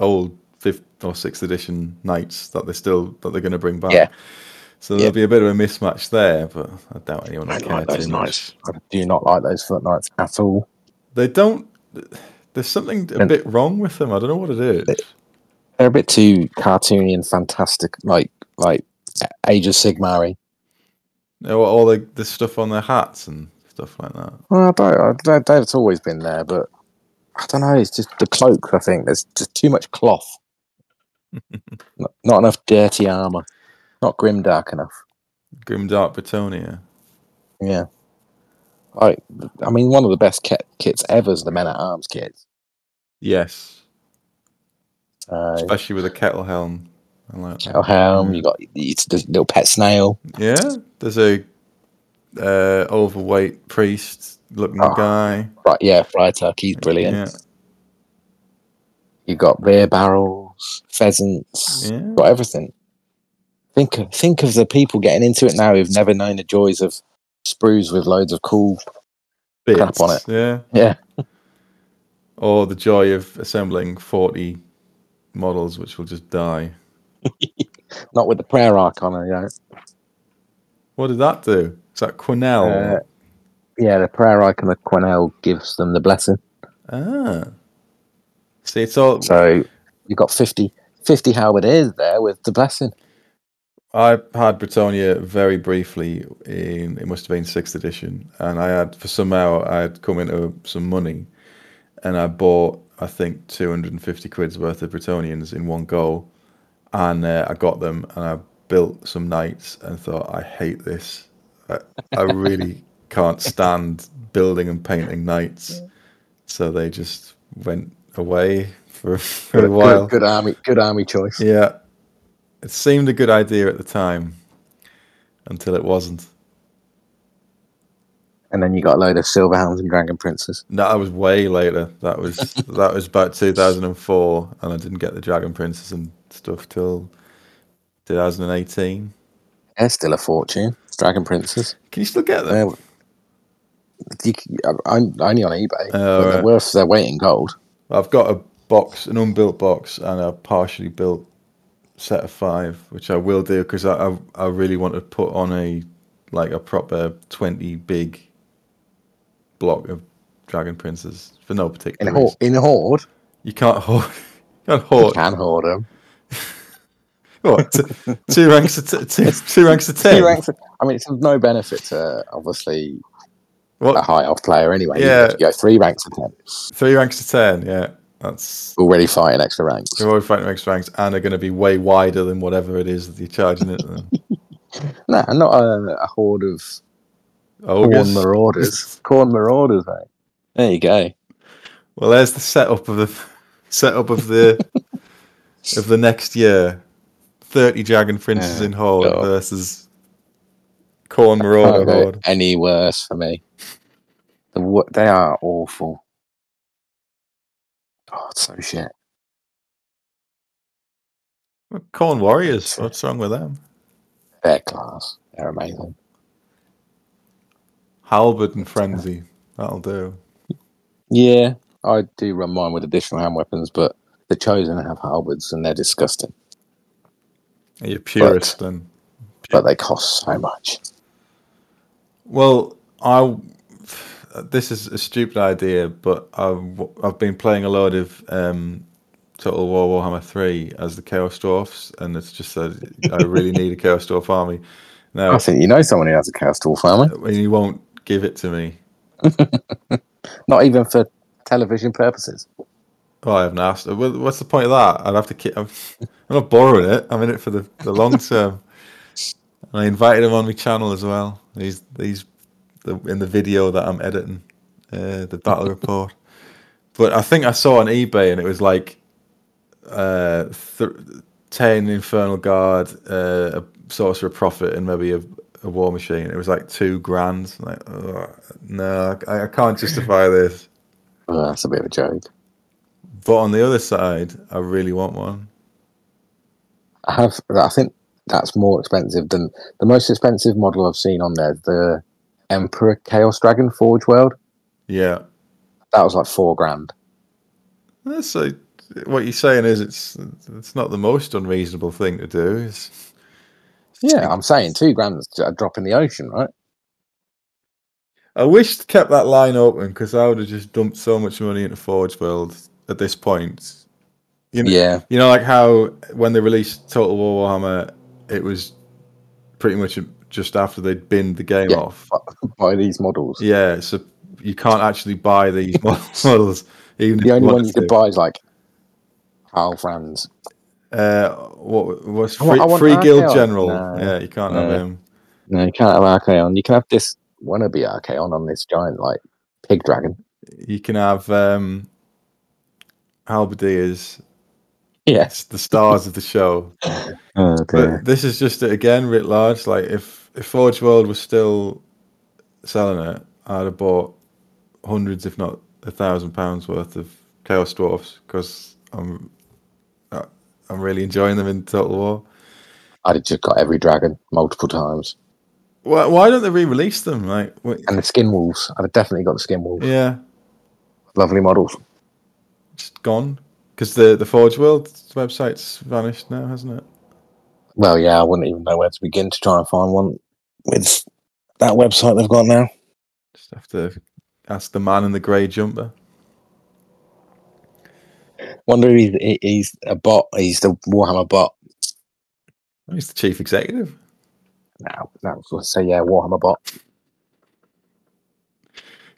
old fifth or sixth edition knights that they're still that they're going to bring back. Yeah. So there'll Yeah. be a bit of a mismatch there, but I doubt anyone I will don't care like too those much. knights. I do not like those foot knights at all. They don't. There's something a And- bit wrong with them. I don't know what it is. they're a bit too cartoony and fantastic, like like Age of Sigmar. You know, all the, the stuff on their hats and stuff like that. Well, I don't, I don't, that's always been there, but I don't know. It's just the cloak. I think there's just too much cloth, not, not enough dirty armor, not grimdark enough. Grimdark Bretonia. Yeah, like I mean, one of the best kit, kits ever is the Men at Arms kit. Yes. Uh, especially with a kettle helm. I like that. Kettle Helm. You got it's the little pet snail. Yeah, there's a uh, overweight priest looking Oh, guy. Right? Yeah, Freitag. He's brilliant. You got beer barrels, pheasants. Yeah, yeah. got everything. Think of, think of the people getting into it now who've never known the joys of sprues with loads of cool. Crap on Bits, Yeah, Yeah, or the joy of assembling forty models, which will just die. not with the prayer icon. You know, What did that do? Is that Quinnell? Uh, yeah, the prayer icon of Quenelle gives them the blessing. ah. See, it's all. So you've got 50, 50 halberdiers there with the blessing. I had Britannia very briefly in it must have been sixth edition, and I had for somehow I had come into some money, and I bought I think two hundred and fifty quid's worth of Bretonians in one go, and uh, I got them and I built some knights and thought I hate this, I, I really can't stand building and painting knights, so they just went away for, for a Good- while. Good, army, good army choice. Yeah. It seemed a good idea at the time until it wasn't. And then you got a load of silver hounds and dragon princes. No, that was way later. That was that was about 2004 and I didn't get the Dragon Princess and stuff till 2018. They're still a fortune. Dragon princes. Can you still get them? They're, you, c- I'm only on eBay. Oh, but They're right. worth their weight in gold. I've got a box, an unbuilt box and a partially built set of 5, which I will do because I, I I really want to put on a like a proper 20 big block of Dragon Princes for no In particular a, reason. hoard, in a hoard, You can't hoard. You can't you hoard. can hoard them. What? T- two ranks of t- two, two ranks of ten. Two ranks- I mean, it's of no benefit to obviously a What? high off player anyway. You Yeah. have to go three ranks of ten. Three ranks of ten. Yeah, that's. Already fighting extra ranks. They're already fighting extra ranks and are going to be way wider than whatever it is that you're charging it. No, not a, a horde of Oh, corn marauders. corn marauders, mate. There you go. Well, there's the setup of the setup of the of the next year. Thirty dragon princes Yeah. in horde Oh. versus corn marauder Can't go horde. any worse for me. The wo- they are awful. Oh, it's so shit. Corn warriors. What's wrong with them? They're class. They're amazing. Halberd and frenzy. That'll do. Yeah, I do run mine with additional hand weapons, but the chosen have halberds and they're disgusting. You're purist then. But they cost so much. Well, I this is a stupid idea, but I've I've been playing a load of um, Total War Warhammer Three as the Chaos Dwarfs, and it's just a, I really need a Chaos Dwarf army. Now, I think you know someone who has a cast all farmer. and you won't give it to me. Not even for television purposes. Oh, I haven't asked. Well, What's the point of that? I'd have to. ki- I'm, I'm not borrowing it. I'm in it for the, the long term. And I invited him on my channel as well. He's he's the, in the video that I'm editing, uh, the battle report. But I think I saw on eBay and it was like uh, th- ten infernal guard, uh, a sorcerer prophet, and maybe a, a war machine. It was like two grand. Like, oh, no, I, I can't justify this. Oh, that's a bit of a joke. But on the other side, I really want one. I have. I think that's more expensive than the most expensive model I've seen on there. The Emperor Chaos Dragon Forge World. Yeah. That was like four grand. That's a, what you're saying is it's it's not the most unreasonable thing to do. It's, Yeah, I'm saying two grand is a drop in the ocean, right? I wish I'd kept that line open because I would have just dumped so much money into Forge World at this point. You know, Yeah, you know, like how when they released Total War Warhammer, it was pretty much just after they'd binned the game Yeah. off. buy these models. Yeah, so you can't actually buy these models. Even if The only one you wanted could to. buy is like half rands. Uh, what was I wa- free, I want free guild Archeon. general? No. yeah, you can't have No. him. No, you can't have Archaon. You can have this wannabe Archaon on this giant like pig dragon. You can have um, halberdiers. Yes. It's the stars of the show. Oh, dear. But this is just it again writ large. Like if if Forge World was still selling it, I'd have bought hundreds, if not a thousand pounds worth of Chaos Dwarfs because I'm I- I'm really enjoying them in Total War. I'd have just got every dragon multiple times. Why, why don't they re-release them? Like, wh- And the skin wolves. I'd have definitely got the skin wolves. yeah, Lovely models. just gone because the the Forge World website's vanished now, hasn't it? Well, yeah, I wouldn't even know where to begin to try and find one with that website they've got now. Just have to ask the man in the grey jumper. Wonder if he's, he's a bot. He's the Warhammer bot. Oh, He's the chief executive. No, that was so yeah, Warhammer bot.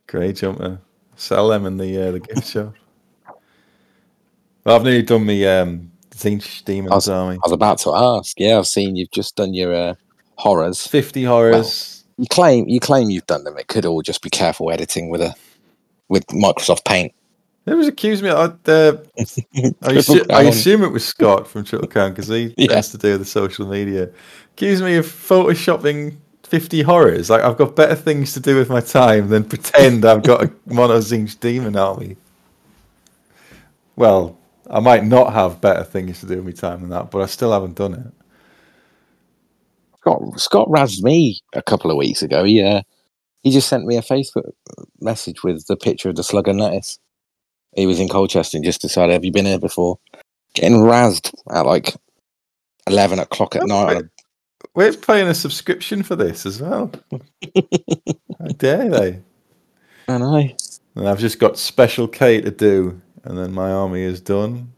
Grey jumper. Sell them in the uh, the gift shop. Well, I've nearly done me um, Zinch Demons was- Army. I was about to ask. Yeah, I've seen you've just done your uh, horrors. Fifty horrors. You claim you claim you've done them. It could all just be careful editing with a with Microsoft Paint. They was accused me. I, uh, I, assu- I assume it was Scott from Chucklecan because he Yeah. has to do with the social media. Accused me of photoshopping fifty horrors. Like I've got better things to do with my time than pretend I've got a mono Zinch Demon Army. Well, I might not have better things to do with my time than that, but I still haven't done it. Scott Scott razzed me a couple of weeks ago. He uh, he just sent me a Facebook message with the picture of the slugger lettuce. He was in Colchester and just decided, "Have you been here before?" Getting razzed at like eleven o'clock at Oh, night. on We're paying a subscription for this as well. How dare they? a- I know. And I've just got special K to do, and then my army is done.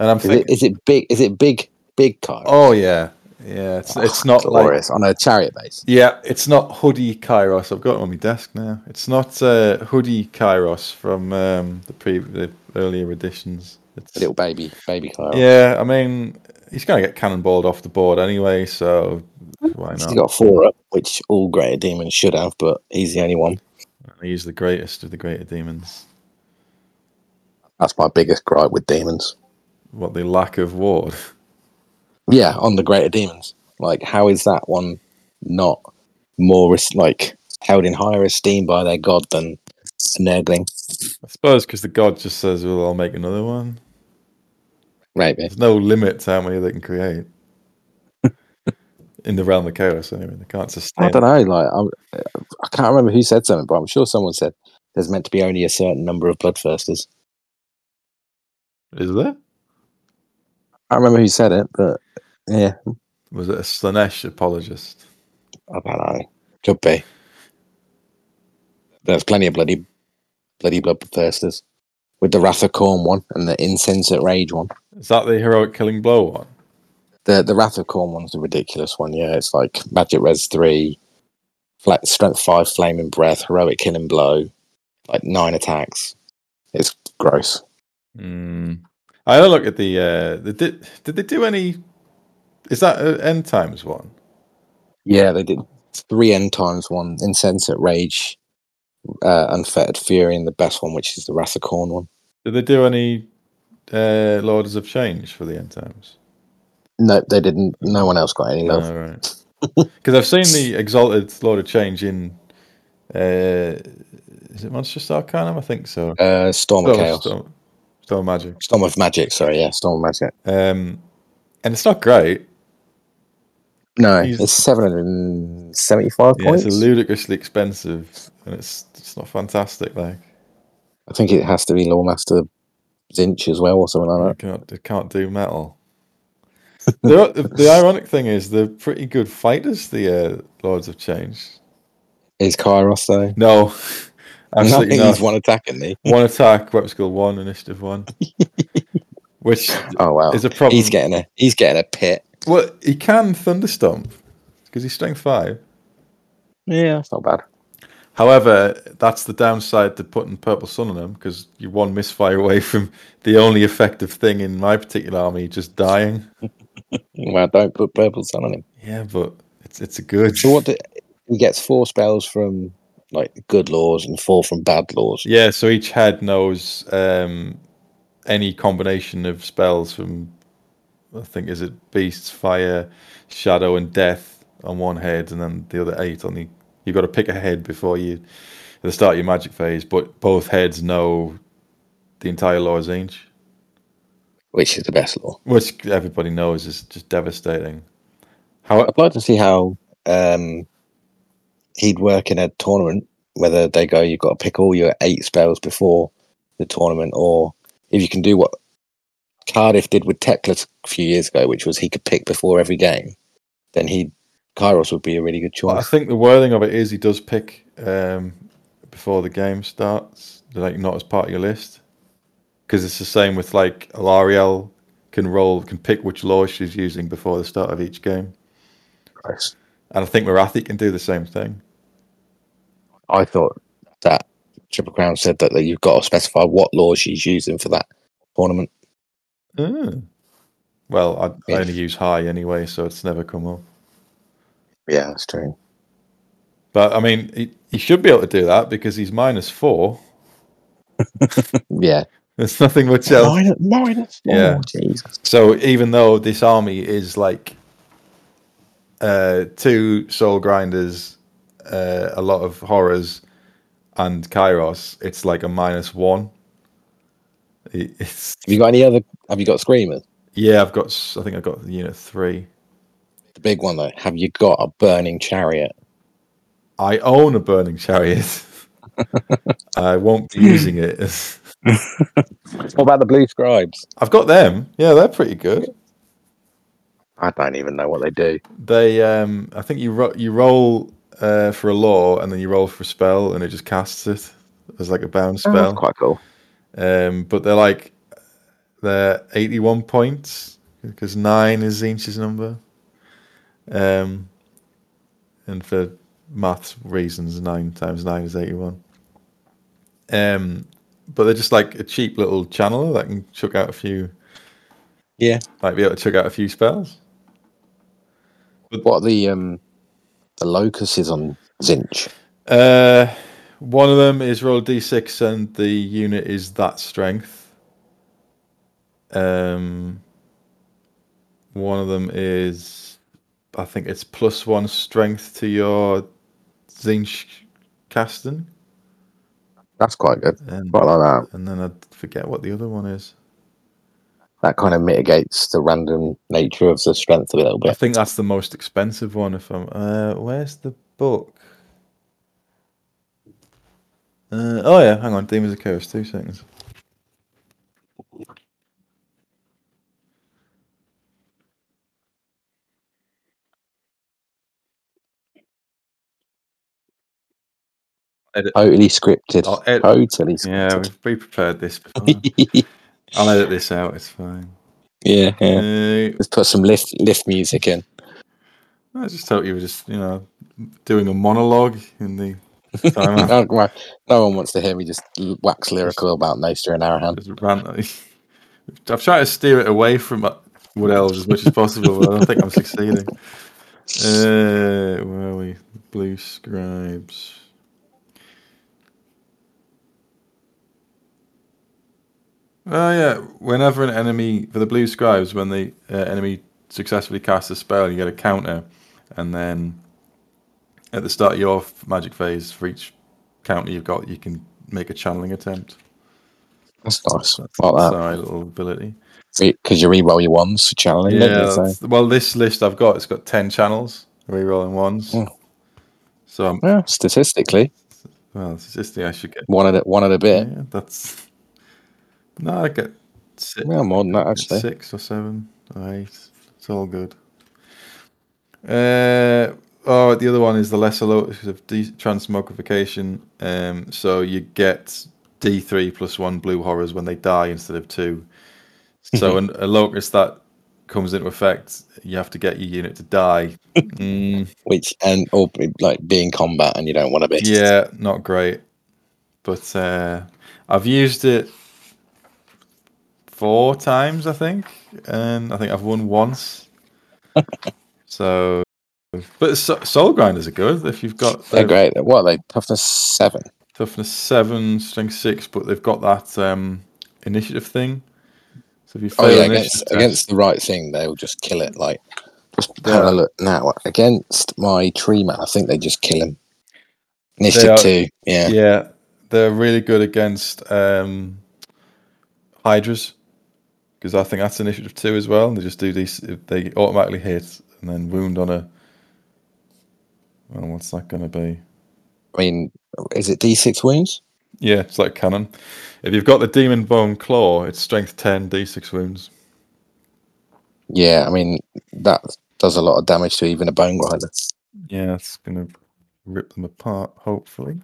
And I'm Is it, thinking, is it big? Is it big? Big Cairo? oh yeah, yeah. It's it's not like Glorious, on a chariot base. yeah, it's not hoodie Kairos. I've got it on my desk now. It's not uh, hoodie Kairos from um, the pre the earlier editions. It's, Little baby, baby Cairo. yeah, I mean he's gonna get cannonballed off the board anyway, so why He's not? got four up, which all greater demons should have, but he's the only one. He's the greatest of the greater demons. That's my biggest gripe with demons. What the lack of ward. Yeah, on the greater demons. Like, how is that one not more res- like held in higher esteem by their god than a nerdling? I suppose because the god just says, "Well, I'll make another one." Maybe. There's no limit to how many they can create in the realm of chaos. Anyway, they can't sustain. I don't know. Like, I'm, I can't remember who said something, but I'm sure someone said there's meant to be only a certain number of bloodthirsters. it. Is there? I can't remember who said it, but yeah, Was it a Slanesh apologist? I don't know. Could be. There's plenty of bloody, bloody bloodthirsters with the Wrath of Corn one and the Incense at Rage one. Is that the heroic killing blow one? The the Wrath of Corn one's a ridiculous one. Yeah, it's like Magic Res three, flat Strength five, Flaming Breath, Heroic Killing Blow, like nine attacks. It's gross. Mm. I had a look at the. Uh, the did, did they do any? Is that an end times one? Yeah, they did three end times one, Incense at Rage, uh, Unfettered Fury, and the best one, which is the Wrath of Corn one. Did they do any uh, Lords of Change for the end times? No, they didn't. No one else got any love. Oh, right. Because I've seen the Exalted Lord of Change in. Uh, is it Monster Arcanum? I think so. Uh, Storm of Storm- Chaos. Storm- Storm Magic. Storm of Magic, sorry, yeah, Storm of Magic. Um, and it's not great. No, He's- it's 775 Yeah, points. it's ludicrously expensive, and it's it's not fantastic. Like I think it has to be Lawmaster Zinch as well, or something like it can't it can't do metal. the, the, the ironic thing is they're pretty good fighters. The uh, Lords of Change. that. Is Kairos, though? No, I absolutely think not. he's one attacking me. One attack, weapon skill one, initiative one, which Oh, wow. is a problem. He's getting a he's getting a pit. well, he can thunderstomp because he's strength five. Yeah, that's not bad. However, that's the downside to putting Purple Sun on them because you're one misfire away from the only effective thing in my particular army just dying. Well, don't put Purple Sun on him. Yeah, but it's it's a good. So what? Do, he gets four spells from like good laws and four from bad laws. Yeah, so each head knows um, any combination of spells from, I think, is it beasts, fire, shadow, and death on one head, and then the other eight on the. You've got to pick a head before you, at the start of your magic phase, but both heads know the entire Lord's Inch. Which is the best law. which everybody knows is just devastating. How I'd like to see how um, he'd work in a tournament. Whether they go, you've got to pick all your eight spells before the tournament, or if you can do what Cardiff did with Tekla a few years ago, which was he could pick before every game, then he'd Kairos would be a really good But I choice. think the wording of it is he does pick um, before the game starts, like not as part of your list, because it's the same with like Alariel can roll can pick which law she's using before the start of each game, Christ. and I think Marathi can do the same thing. I thought that Triple Crown said that, that you've got to specify what law she's using for that tournament. Well, I, Yeah. I only use high anyway, so it's never come up. Yeah, that's true. But I mean, he, he should be able to do that because he's minus four. Yeah. There's nothing much else. Minus, minus four, Yeah. Jesus. So even though this army is like uh, two soul grinders, uh, a lot of horrors, and Kairos, it's like a minus one. It- It's Have you got any other? Have you got Screamers? yeah, I've got. s- I think I've got unit three. The big one though. Have you got a burning chariot? I own a burning chariot. I won't be using it. What about the blue scribes? I've got them. Yeah, they're pretty good. I don't even know what they do. They, um, I think you ro- you roll uh, for a law and then you roll for a spell and it just casts it as like a bound Oh, spell. that's quite cool. Um, but they're like they're 81 points because nine is Zinch's number. Um, and for maths reasons, nine times nine is 81. Um, but they're just like a cheap little channeler that can chuck out a few, Yeah. might be able to chuck out a few spells. What are the um the locus is on Zinch? Uh, one of them is roll d d6, and the unit is that strength. Um, one of them is, I think it's plus one strength to your Zinch Kasten, That's quite good. and Quite like that. and then I forget what the other one is. That kind of mitigates the random nature of the strength a little I bit. think that's the most expensive one. If I'm, uh, where's the book? Uh, oh yeah, hang on, Demons of Curse. Two seconds. Totally scripted. I'll ed- totally Yeah, scripted. we've we prepared this before. Yeah. I'll edit this out. It's fine. yeah, Uh, Let's put some lift lift music in. I just thought you were just, you know, doing a monologue in the time after No, well, no one wants to hear me just l- wax lyrical about Noster and Arahan. this rant. I've tried to steer it away from uh, Wood Elves as much as possible, but I don't think I'm succeeding. Uh, where are we? Blue scribes. Oh yeah! Whenever an enemy for the blue scribes, when the uh, enemy successfully casts a spell, you get a counter, and then at the start of your f- magic phase, for each counter you've got, you can make a channeling attempt. That's nice. That's Like that. that's our little ability. because you re-roll your ones for channeling. don't you? Yeah. So- that's- Well, this list I've got, it's got ten channels, rerolling ones. Oh. So I'm yeah, statistically, well, statistically I should get. one at a, one at a bit. Yeah, that's. No, I get six, Well, more than that actually. six or seven or eight. It's all good. Uh, oh, the other one is the lesser locus of de- transmogrification. Um, so you get D3 plus one blue horrors when they die instead of two. So an, a locus that comes into effect, you have to get your unit to die. Mm, Which and or be- like be in combat and you don't want to be. yeah, not great. But uh, I've used it four times, I think, and I think I've won once. so, but so- soul grinders are good if you've got They're the great. What are they? Toughness seven. toughness seven, strength six, but they've got that um, initiative thing. So if you fail Oh yeah, an against initiative test- against the right thing, they'll just kill it. Like just Yeah. have a look now against my tree man. I think they just kill him. Initiative are- two. Yeah. yeah, they're really good against um, hydras because I think that's initiative two as well. And they just do these; if they automatically hit and then wound on a. Well, what's that going to be? I mean, is it D six wounds? Yeah, it's like cannon. If you've got the demon bone claw, it's strength ten, d6 wounds. Yeah. I mean that does a lot of damage to even a bone grinder. Yeah, it's gonna rip them apart, hopefully.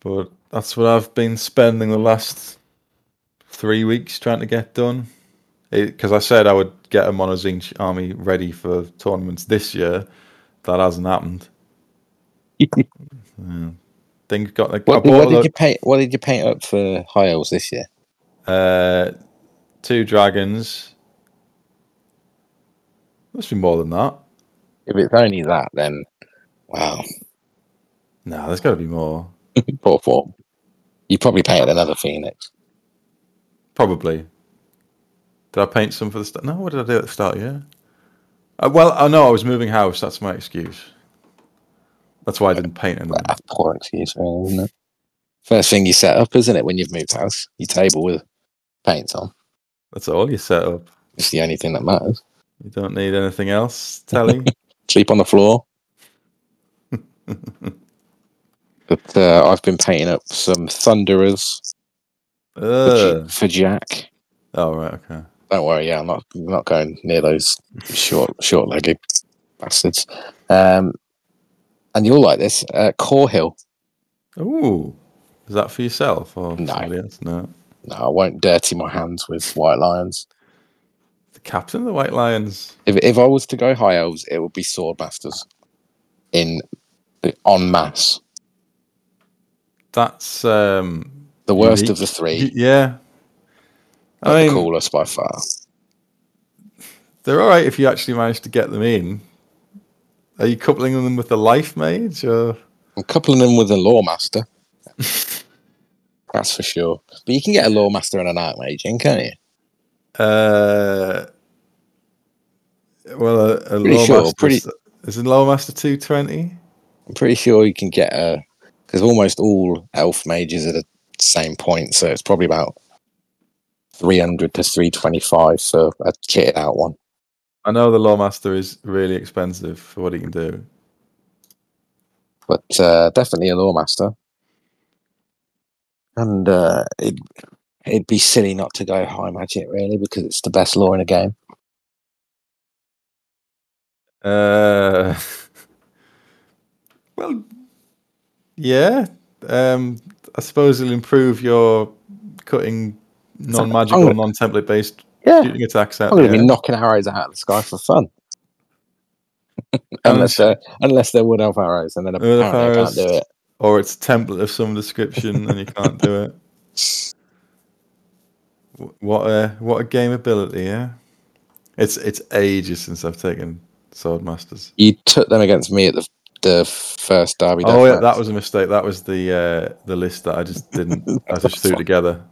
But that's what I've been spending the last three weeks trying to get done. Because I said I would get a Monozine army ready for tournaments this year. That hasn't happened. Yeah. Thing got like I What, bought what a did lo- you paint? What did you paint up for high elves this year? Uh, two dragons. Must be more than that. If it's only that, then wow, No, there's got to be more. poor form. You probably painted another phoenix. Probably. Did I paint some for the start? No, what did I do at the start? Yeah. Uh, well, I know I was moving house. That's my excuse. That's why I didn't paint anything. That's a poor excuse, really, isn't it? First thing you set up, isn't it, when you've moved house? Your table with paint on. That's all you set up. It's the only thing that matters. You don't need anything else, Telly. Sleep on the floor. But uh, I've been painting up some thunderers for, J- Ugh. for Jack. Oh, right, okay. Don't worry, yeah, I'm not I'm not going near those short short legged bastards. Um, and you'll like this uh, Core Hill. Ooh. Is that for yourself or for No. somebody else? No. No, I won't dirty my hands with white lions. The captain of the White Lions. If if I was to go high elves, it would be swordmasters in en masse. That's um, The worst Unique. of the Y- three, Yeah. but I the mean, coolest by far. they're all right if you actually manage to get them in. Are you coupling them with the life mage? Or... I'm coupling them with a lawmaster. That's for sure. But you can get a lawmaster and an archmage in, can't you? Uh, well, a, a Pretty Lore sure, Master- pretty- Is a Lore Master 220? I'm pretty sure you can get a because almost all elf mages are the same point, so it's probably about 300 to 325 for a kitted out one. I know the Lore Master is really expensive for what he can do. But uh, definitely a lawmaster, and uh, it, it'd be silly not to go high magic really because it's the best law in a game. Uh, well, yeah. Um, I suppose it'll improve your cutting non I'm magical, gonna- non template based Yeah, shooting attacks out. I'm going to there. be knocking arrows out of the sky for fun. unless Um, they're unless they're wood elf arrows, and then Wood elf apparently I can't do arrows. it. or it's a template of some description and you can't do it. Wh- What a what a game ability, yeah. It's it's ages since I've taken Sword Masters. You took them against me at the the first derby. Oh yeah, Deathmatch. that was a mistake. That was the uh, the list that I just didn't. I just threw together.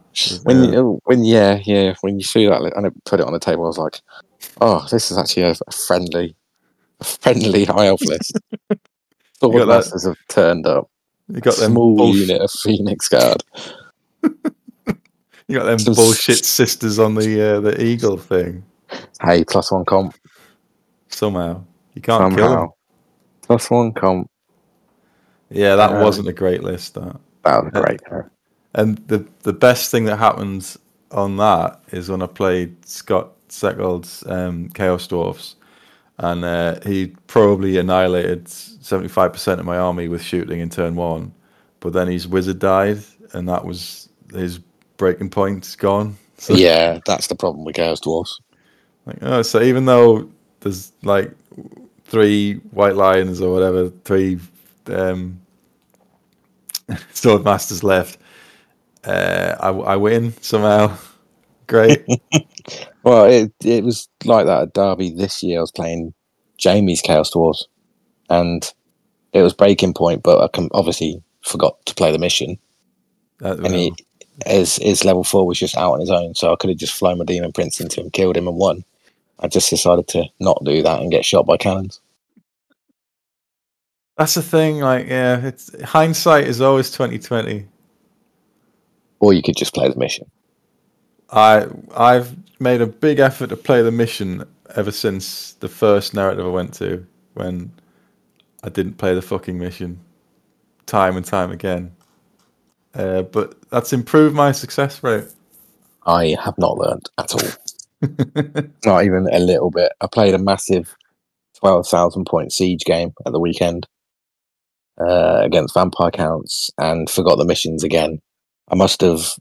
when Yeah. you, when yeah yeah when you threw that li- and I put it on the table, I was like, oh, this is actually a, a friendly, a friendly high elf list. got that- Swordmasters have turned up. You got them Small bullsh- unit of Phoenix Guard. You got them Some- bullshit sisters on the uh, the eagle thing. Hey, plus one comp Somehow you can't kill them. somehow. Plus one comp. Yeah, that Um, wasn't a great list. That That was Uh, great. And the the best thing that happened on that is when I played Scott Seckold's um, Chaos Dwarfs, and uh, he probably annihilated seventy five percent of my army with shooting in turn one, but then his wizard died, and that was his breaking point's gone. So yeah, that's the problem with Chaos Dwarfs. like, oh, so even though there's like three white lions or whatever, three um, sword masters left, uh, I, I win somehow. Great. Well, it it was like that at Derby this year. I was playing Jamie's Chaos Dwarfs, and it was breaking point, but I com- obviously forgot to play the mission. That- and he, his his level four was just out on his own, so I could have just flown my demon prince into him, killed him, and won. I just decided to not do that and get shot by cannons. that's the thing. Like, yeah, it's hindsight is always twenty twenty. Or you could just play the mission. I I've made a big effort to play the mission ever since the first narrative I went to when I didn't play the fucking mission time and time again. Uh, but that's improved my success rate. I have not learned at all. Not even a little bit. I played a massive 12,000 point siege game at the weekend uh, against vampire counts and forgot the missions again. I must have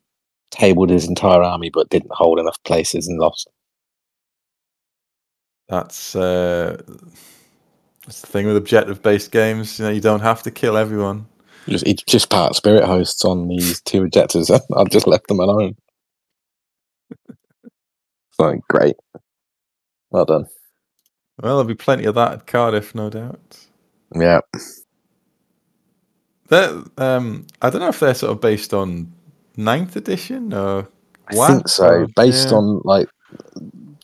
tabled his entire army but didn't hold enough places and lost. That's uh, that's the thing with objective based games. You know, you don't have to kill everyone. Just, it's just part spirit hosts on these two objectives. and I've just left them alone. So great. Well done. Well, there'll be plenty of that at Cardiff, no doubt. Yeah. They're, um, I don't know if they're sort of based on ninth edition or I WAP think so. or- Based yeah. on like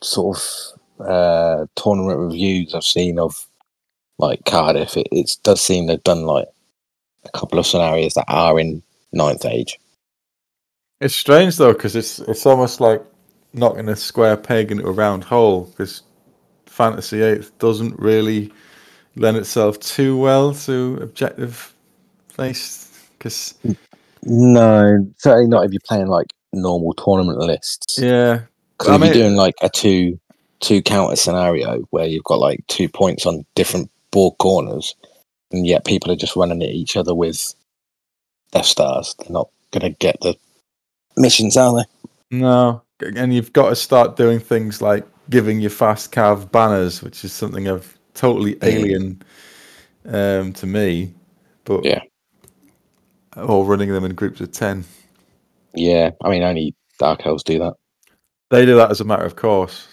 sort of uh, tournament reviews I've seen of like Cardiff, it, it does seem they've done like a couple of scenarios that are in ninth age. It's strange though, because it's it's almost like knocking a square peg into a round hole. Because Fantasy Eighth doesn't really lend itself too well to objective based. Because No, certainly not if you're playing like normal tournament lists. yeah, 'Cause I if mean- you're doing like a two two counter scenario where you've got like two points on different board corners, and yet people are just running at each other with Death Stars, they're not gonna get the missions, are they? no, and you've got to start doing things like giving your fast cav banners, which is something I've totally alien um, to me. But Yeah. or running them in groups of ten. Yeah, I mean only Dark Elves do that They do that as a matter of course,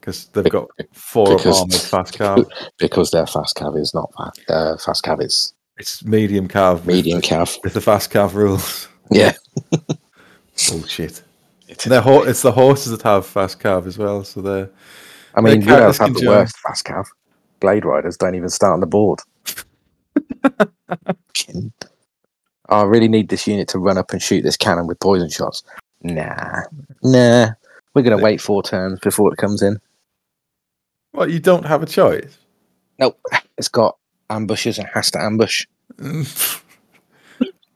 because they've got four of Because- armored fast cav. because their fast cav is not fast. Uh, fast cav is It's medium cav. medium cav. With the fast cav rules. Yeah, Bullshit. And they're ho- it's the horses that have fast cav as well, so they're I mean Their you don't characters have can the join. worst fast cav. Blade Riders don't even start on the board. Fucking- I really need this unit to run up and shoot this cannon with poison shots. Nah, nah. We're gonna wait four turns before it comes in. well, you don't have a choice. Nope, it's got ambushes and has to ambush.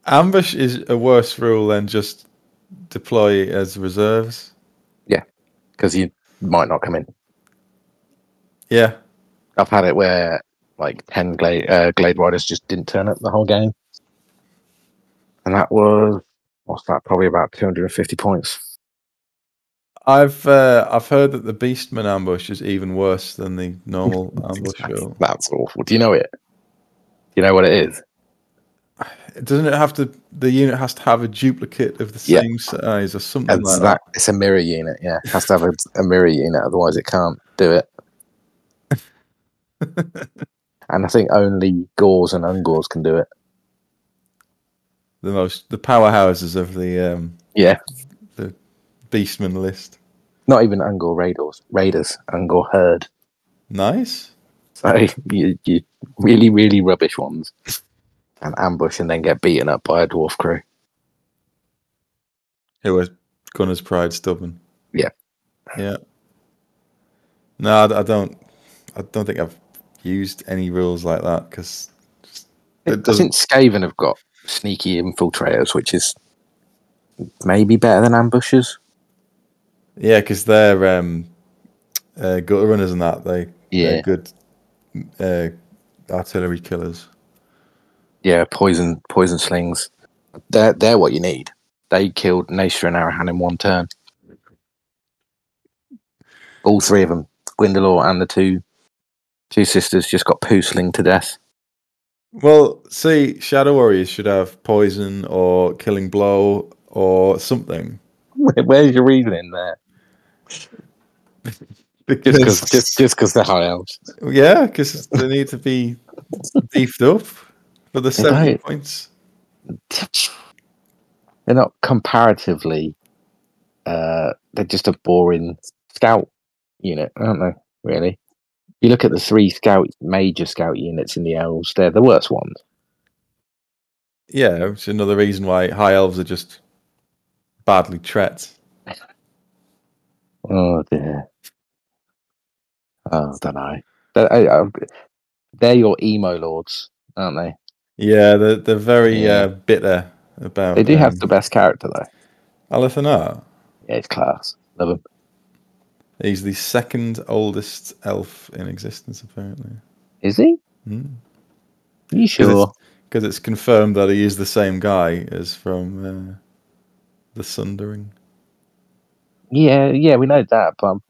Ambush is a worse rule than just deploy as reserves. because you might not come in. Yeah. I've had it where like ten glade, uh, glade riders just didn't turn up the whole game, and that was what's that? Probably about two hundred and fifty points. I've uh, I've heard that the Beastman ambush is even worse than the normal ambush That's, rule. that's awful. Do you know it? Do you know what it is? Doesn't it have to? The unit has to have a duplicate of the Yeah. same size or something It's like that it's a mirror unit. Yeah, it has to have a, a mirror unit, otherwise it can't do it. and I think only gores and ungores can do it. The most the powerhouses of the um, Yeah, Beastman list. not even ungore raiders. Raiders ungore herd. Nice. So you, you really, really rubbish ones and ambush and then get beaten up by a dwarf crew. Who was Gunner's Pride stubborn? Yeah. Yeah. No, I, I don't. I don't think I've used any rules like that because I it think I doesn't. think Skaven have got sneaky infiltrators, which is maybe better than ambushers. Yeah, because they're um, uh, gutter runners and that. They Yeah. they're good uh, artillery killers. Yeah, poison poison slings. They're they're what you need. They killed Nasha and Arahan in one turn. All three of them, Gwendolyn and the two two sisters, just got poosling to death. Well, see, Shadow Warriors should have poison or killing blow or something. Where- Where's your reasoning there? Because Just because just just because they're high elves. yeah, because they need to be beefed up for the seventy Right. points. they're not comparatively uh they're just a boring scout unit aren't they really you look at the three scout major scout units in the elves they're the worst ones Yeah, which is another reason why high elves are just badly trekked. oh dear oh, i don't know they're, I, I- they're your emo lords aren't they Yeah, they're, they're very Yeah. Uh, bitter about. they do um, have the best character though Alithanar. yeah it's class love them He's the second oldest elf in existence, apparently. Is he? Mm. you sure? Because it's confirmed that he is the same guy as from uh, The Sundering. Yeah, yeah, we know that, but um,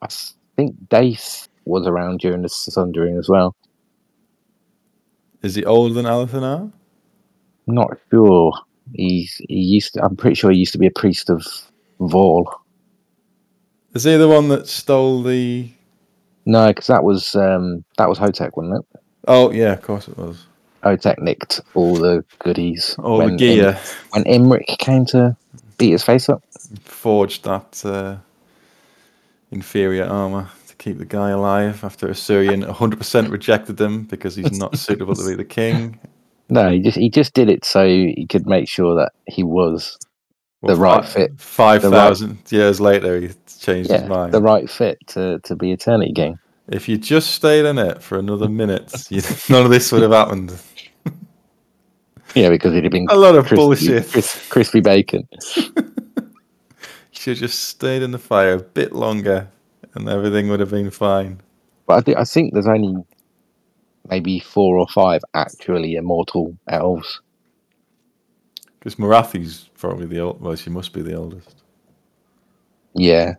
I s- think Dace was around during the Sundering as well. Is he older than Alathanar? Not sure. He's he used. To, I'm pretty sure he used to be a priest of Vol. Is he the one that stole the. No, because that was um, that was Hotek, wasn't it? Oh, yeah, of course it was. Hotek nicked all the goodies. Oh, when the gear Im- when Imric came to beat his face up. forged that uh, inferior armor to keep the guy alive after Assyrian 100% rejected him because he's not suitable to be the king. No, he just he just did it so he could make sure that he was Well, The right fi- fit. 5,000 years later, he changed yeah, his mind. the right fit to, to be Eternity King. If you just stayed in it for another minute, you, none of this would have happened. Yeah, because he'd have been A lot of crispy, bullshit. cris- crispy bacon. You should have just stayed in the fire a bit longer and everything would have been fine. But I, thi- I think there's only maybe four or five actually immortal elves. Because Marathi's probably the old. Well, she must be the oldest. Yeah.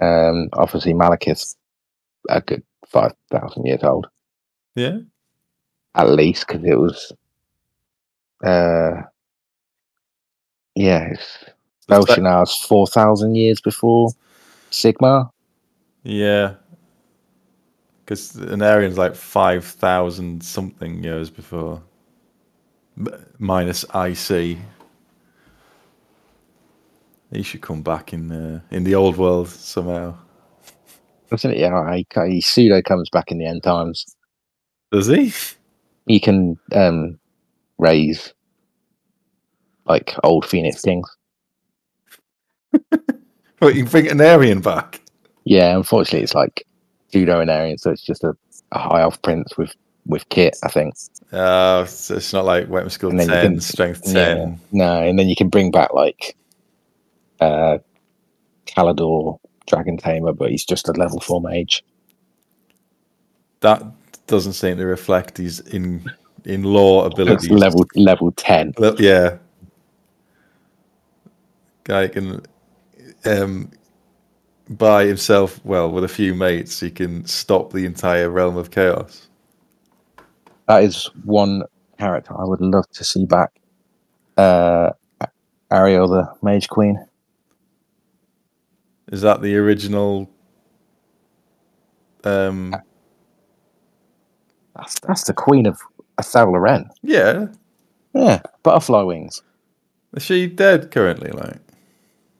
Um, obviously, Malekith's a good 5,000 years old, Yeah? at least, because it was. Uh, yeah, it's The sec- Belshinar's 4,000 years before Sigma. yeah. Because an Aryan's like 5,000 something years before. M- Minus IC. He should come back in the, in the old world somehow. Doesn't it? Yeah, he, he pseudo comes back in the end times. Does he? you can um raise like old phoenix things Wait, you bring an Aryan back? yeah unfortunately it's like judo and arian so it's just a, a high elf prince with with kit i think Uh, so it's not like Wetman School And then you 10, can- Strength yeah. 10. no and then you can bring back like uh calidor dragon tamer but he's just a level four mage That doesn't seem to reflect his in in law It's abilities. level level 10 Le- yeah. Guy can um, by himself, well, with a few mates, he can stop the entire realm of chaos. that is one character i would love to see back uh A- ariel the mage queen Is that the original? Um, that's, that's the queen of Athel Loren. yeah. yeah butterfly wings Is she dead currently? Like,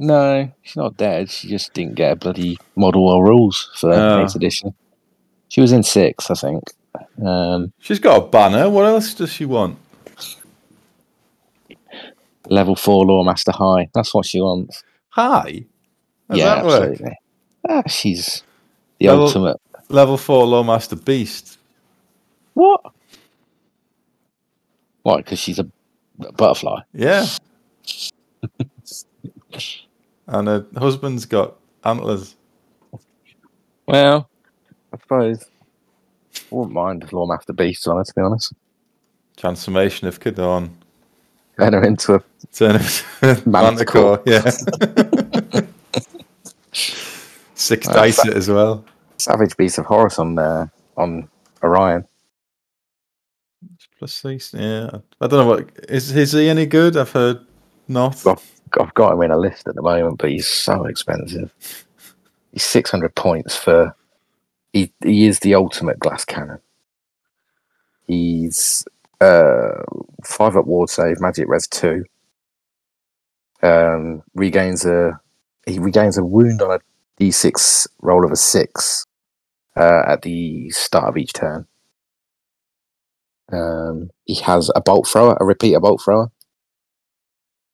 No, she's not dead. She just didn't get a bloody model or rules for Oh. eighth edition. She was in six, I think. Um, she's got a banner. What else does she want? level four law master high. That's what she wants. Hi. How's yeah, that work? absolutely. Ah, she's the Level- ultimate. Level four Lawmaster Beast. What? Why? Because she's a b- butterfly. Yeah. and her husband's got antlers. Well, I suppose. I wouldn't mind if law master beast on her, to be honest. Transformation of Kadon. Turn her into a Turn of Manticore. Manticore. Yeah. Six Well, dice it as well. savage beast of Horus on uh, on Orion. Plus six. Yeah. I don't know what is is he any good? I've heard not. Well, I've got him in a list at the moment, but he's so expensive. He's six hundred points for. He he is the ultimate glass cannon. He's uh, five up ward save, magic res two. Um, regains a he regains a wound on a d six roll of a six uh, at the start of each turn. Um, he has a bolt thrower, a repeater bolt thrower.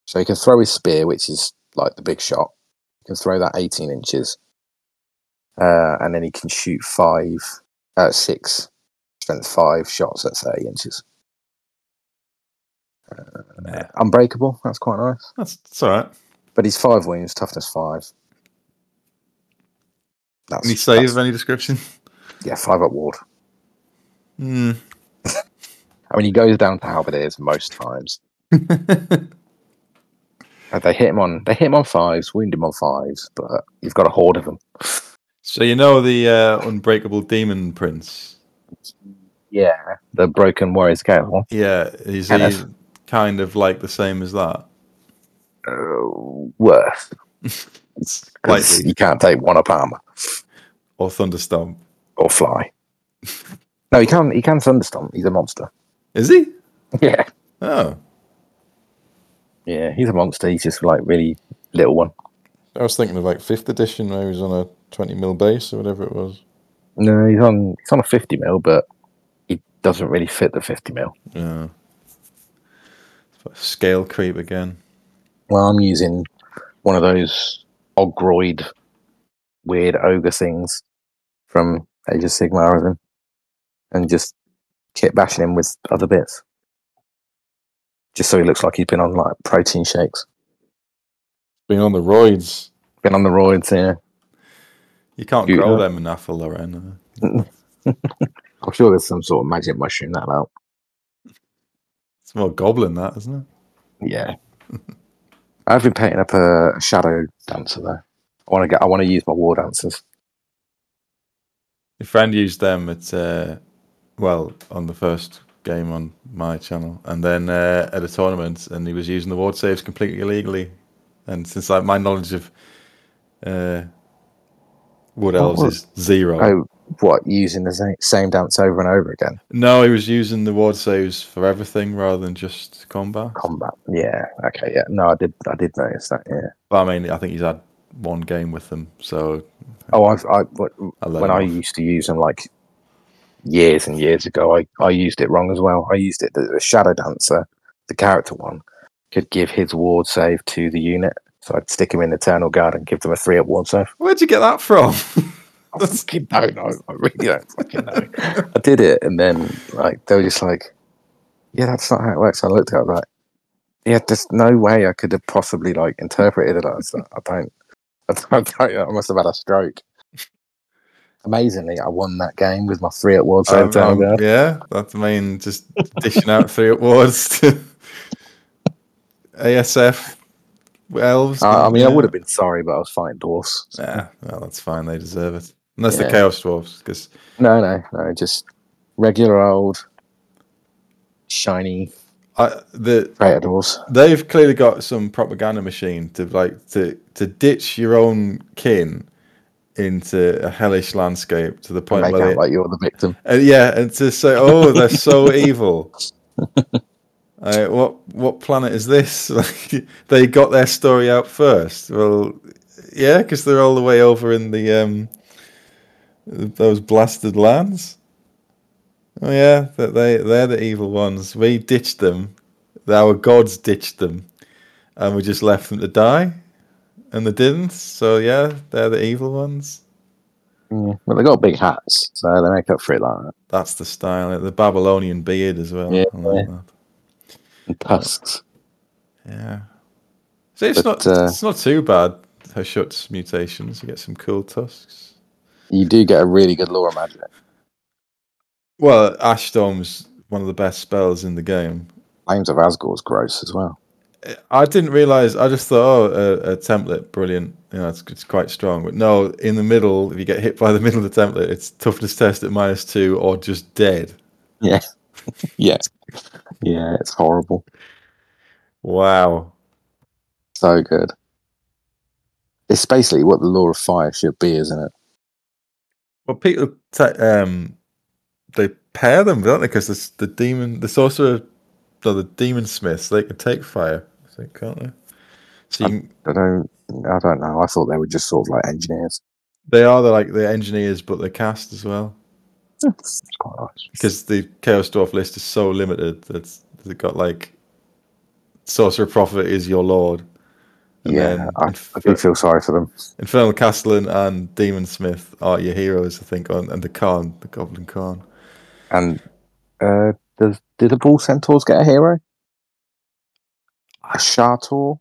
So he can throw his spear, which is like the big shot. He can throw that 18 inches. Uh, and then he can shoot five, uh, six, strength five shots at 30 inches. Nah, Unbreakable, that's quite nice. that's, that's all right. But he's five wounds, toughness five. That's, Any save that's- of any description? yeah, five up ward. Hmm. I mean, he goes down to halberdiers most times. And they hit him on they hit him on fives, wound him on fives, but you've got a horde of them. So you know the uh, unbreakable demon prince. Yeah, the broken warriors scale one. Yeah, is Kind he of. kind of like the same as that? Uh, worse. 'Cause Slightly. you can't take one up armor Or thunderstorm? or fly. no, he can. He can thunderstorm. He's a monster. Is he? Yeah, Oh, yeah, he's a monster. He's just like really little one. I was thinking of like fifth edition. Maybe he's on a twenty mil base or whatever it was. No, he's on. He's on a fifty mil, but he doesn't really fit the fifty mil. Yeah. Scale creep again. Well, I'm using one of those ogroid weird ogre things from Age of Sigmar of him and just kit bashing him with other bits. Just so he looks like he's been on like protein shakes, Being on the roids, been on the roids here. you can't You- grow them enough for Lorraine. I'm sure there's some sort of magic mushroom that out. It's more goblin that, isn't it? Yeah. I've been painting up a shadow dancer though. I want to get. I want to use my war dancers. Your friend used them at, uh, well, on the first game on my channel, and then uh, at a tournament, and he was using the ward saves completely illegally. And since like my knowledge of uh, wood elves was- is zero, Oh, what? Using the same, same dance over and over again? no, he was using the ward saves for everything rather than just combat. combat. Yeah. Okay. Yeah. No, I did. I did notice that. Yeah. But I mean, I think he's had one game with them, so Oh, I've, I w- I let when him I off. used to use them like years and years ago, I I used it wrong as well. I used it the, the shadow dancer, the character one, could give his ward save to the unit. So I'd stick him in Eternal Guard and give them a three up ward save. Where'd you get that from? I fucking don't know. I really don't fucking know. I did it, and then like they were just like, "Yeah, that's not how it works." I looked at it like, "Yeah, there's no way I could have possibly like interpreted it." I, was like, I don't. I don't. I don't- I must have had a stroke. Amazingly, I won that game with my three at World Save Um, Down um, guard. yeah, that's I mean just dishing out three awards to ASF elves. I, I mean, I yeah. would have been sorry, but I was fighting dwarfs. Nah, well, that's fine. They deserve it. Unless the Yeah. Chaos Dwarfs, because No, no, no. Just regular old shiny the creator dwarfs. they've clearly got some propaganda machine to like to to ditch your own kin into a hellish landscape to the point Make where out they, like you're the victim. Uh, yeah, and to say, oh, they're so evil. Uh, what what planet is this? Like, they got their story out first. Well, yeah, because they're all the way over in the um, those blasted lands. Oh yeah, that they they're the evil ones. We ditched them. Our gods ditched them, and we just left them to die, and they didn't. So yeah, they're the evil ones. Yeah. Well, Mm, they got big hats, so they make up for it like that. That's the style. like The Babylonian beard as well. Yeah. I like that. and tusks. Yeah. So it's But, not uh, it's not too bad. Hushut's mutations. You get some cool tusks. You do get a really good lore magic. Well, Ash Storm's one of the best spells in the game. Flames of Asgore's gross as well. I- I didn't realize. I just thought, oh, a, a template, brilliant. You know, it's, it's quite strong. But no, in the middle, if you get hit by the middle of the template, it's toughness test at minus two or just dead. Yeah. yeah. Yeah, it's horrible. Wow. So good. It's basically what the law of fire should be, isn't it? Well, people ta um, they pair them, don't they? Because the, the demon, the sorcerer, no, the demon smiths, they can take fire, I think, can't they? So you can, I don't I don't know. I thought they were just sort of like engineers. they are the, like the engineers, but they're cast as well It's quite nice. because the chaos dwarf list is so limited that they've got like sorcerer prophet is your lord, and Yeah, then I, I do Infer- feel sorry for them. infernal castellan and demon smith are your heroes, I think, on and the Khan, the goblin Khan. And uh does did the ball centaurs get a hero? A Shator?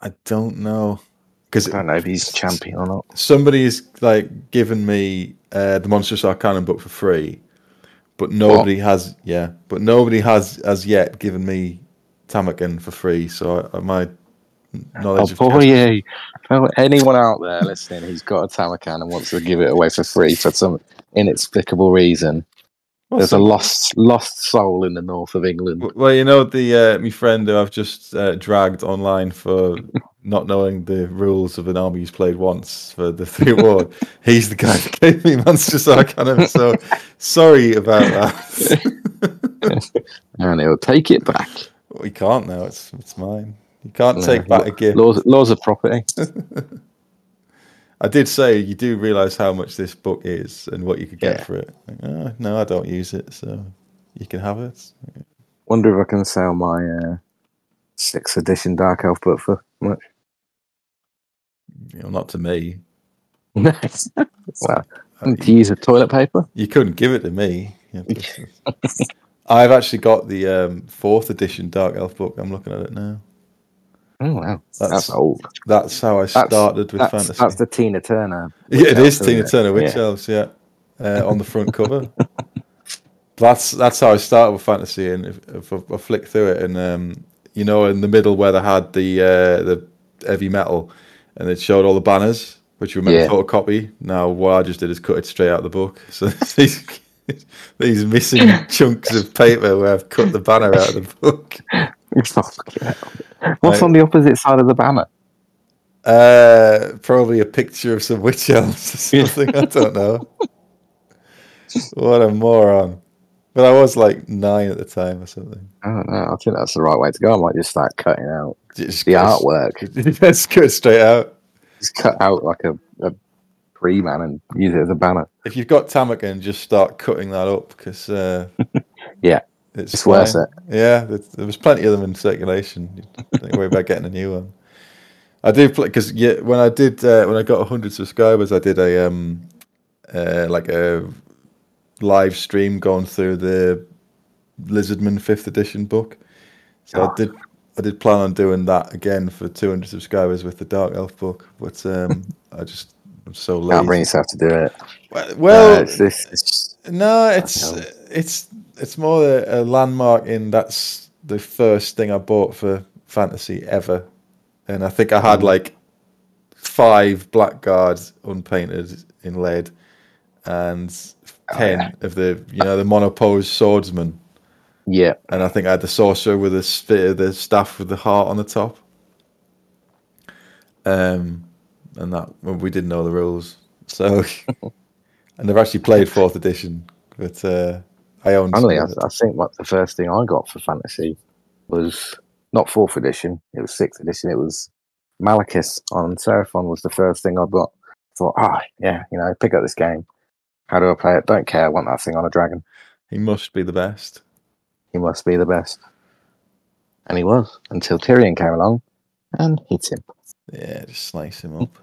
I don't know. because I don't know if he's champion or not. somebody's like given me uh, the Monstrous Arcanum book for free, but nobody has yeah, but nobody has as yet given me Tamakan for free. So I, I- my Oh knowledge of boy, yeah. Oh, anyone out there listening who's got a Tamakan and wants to give it away for free for some inexplicable reason, Well, there's a some- lost lost soul in the north of England. Well, you know the uh, my friend who I've just uh, dragged online for not knowing the rules of an army he's played once for the three award. he's the guy that gave me Monsters Arcanum. So sorry about that. And he'll take it back. we can't now. It's it's mine. You can't Yeah, take back a gift. Laws, laws of property. I did say you do realize how much this book is and what you could get Yeah. for it. Like, "Oh, no, I don't use it, so you can have it. Wonder if I can sell my uh, sixth edition Dark Elf book for much. You know, not to me. Nice. well, Uh, to use a toilet paper. You couldn't give it to me. You have to- I've actually got the um, fourth edition Dark Elf book. I'm looking at it now. Oh wow, that's, That's- old. That's how I That's- started with That's, fantasy. that's the Tina Turner. yeah, it Witch is Elves, isn't Tina it? Turner Witch Yeah. Elves, yeah, uh, on the front cover. that's that's how I started with fantasy, and if, if I, I flick through it, and um, you know, in the middle where they had the uh, the heavy metal, and it showed all the banners, which were meant Yeah. to photocopy. Now, what I just did is cut it straight out of the book. So these these missing chunks of paper where I've cut the banner out of the book. Fucking hell. Oh, What's I- on the opposite side of the banner? Uh, probably a picture of some witch elves or something. I don't know. What a moron! But I was like nine at the time or something. I don't know. I think that's the right way to go. I might just start cutting out Just the go- artwork. Just go straight out. Just cut out like a, a tree man and use it as a banner. If you've got Tamakan, just start cutting that up because uh, Yeah. it's, It's worth fine. Yeah, there, there was plenty of them in circulation. You Don't worry about getting a new one. I do play because yeah, when I did uh, when I got hundred subscribers, I did a um uh, like a live stream going through the Lizardman Fifth Edition book. So I Ah. did I did plan on doing that again for two hundred subscribers with the Dark Elf book, but um I just I'm so Can't bring lazy. yourself to do it. Well, Uh, well it's this, it's, no, it's know. it's it's more a, a landmark in that's the first thing I bought for fantasy ever, and I think I had like five blackguards unpainted in lead, and ten yeah. of the you know the monopose swordsman, yeah, and I think I had the sorcerer with a spear, the staff with the heart on the top. Um, and that well, we didn't know the rules, so I never actually played fourth edition, but uh, I owned. some funnily, I, of it. I think like the first thing I got for fantasy was not fourth edition. It was sixth edition. It was Malachus on Seraphon was the first thing I got. Thought, ah, yeah, you know, pick up this game. How do I play it? Don't care. I want that thing on a dragon. He must be the best. he must be the best. And he was until Tyrion came along and hit him. Yeah, just slice him up.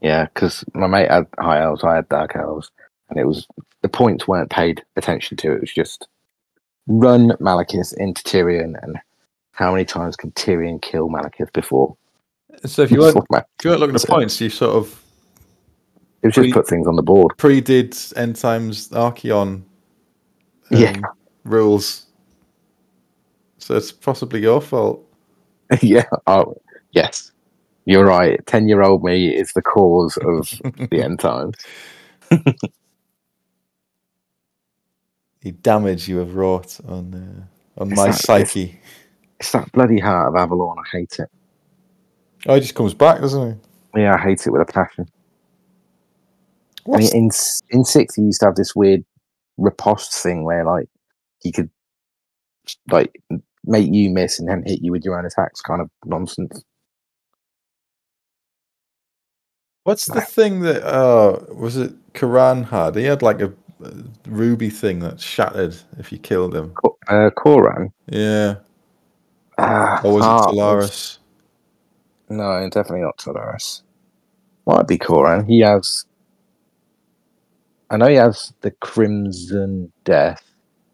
Yeah, because my mate had high elves, I had dark elves, and it was the points weren't paid attention to. It was just run Malachus into Tyrion, and how many times can Tyrion kill Malachus before? So if you weren't, before Ma- if you weren't looking at That's it. points, you sort of it was just we- put things on the board. pre-did end times Archeon. um, Yeah. Rules. So it's possibly your fault. yeah. Oh, yes. You're right. Ten-year-old me is the cause of the end times. The damage you have wrought on uh, on It's my not- it's- psyche. It's that bloody heart of Avalon. I hate it. Oh, he just comes back, doesn't he? Yeah, I hate it with a passion. I mean, What's- in s- in six, he used to have this weird riposte thing where like he could like m- make you miss and then hit you with your own attacks, kind of nonsense. What's the thing that uh, was it? Karan had. He had like a, a ruby thing that shattered if you killed him. Co- Uh, Koran. Yeah. Ah, Or was ah, it Talaris? No, definitely not Talaris. Might be Koran. He has. I know he has the Crimson Death,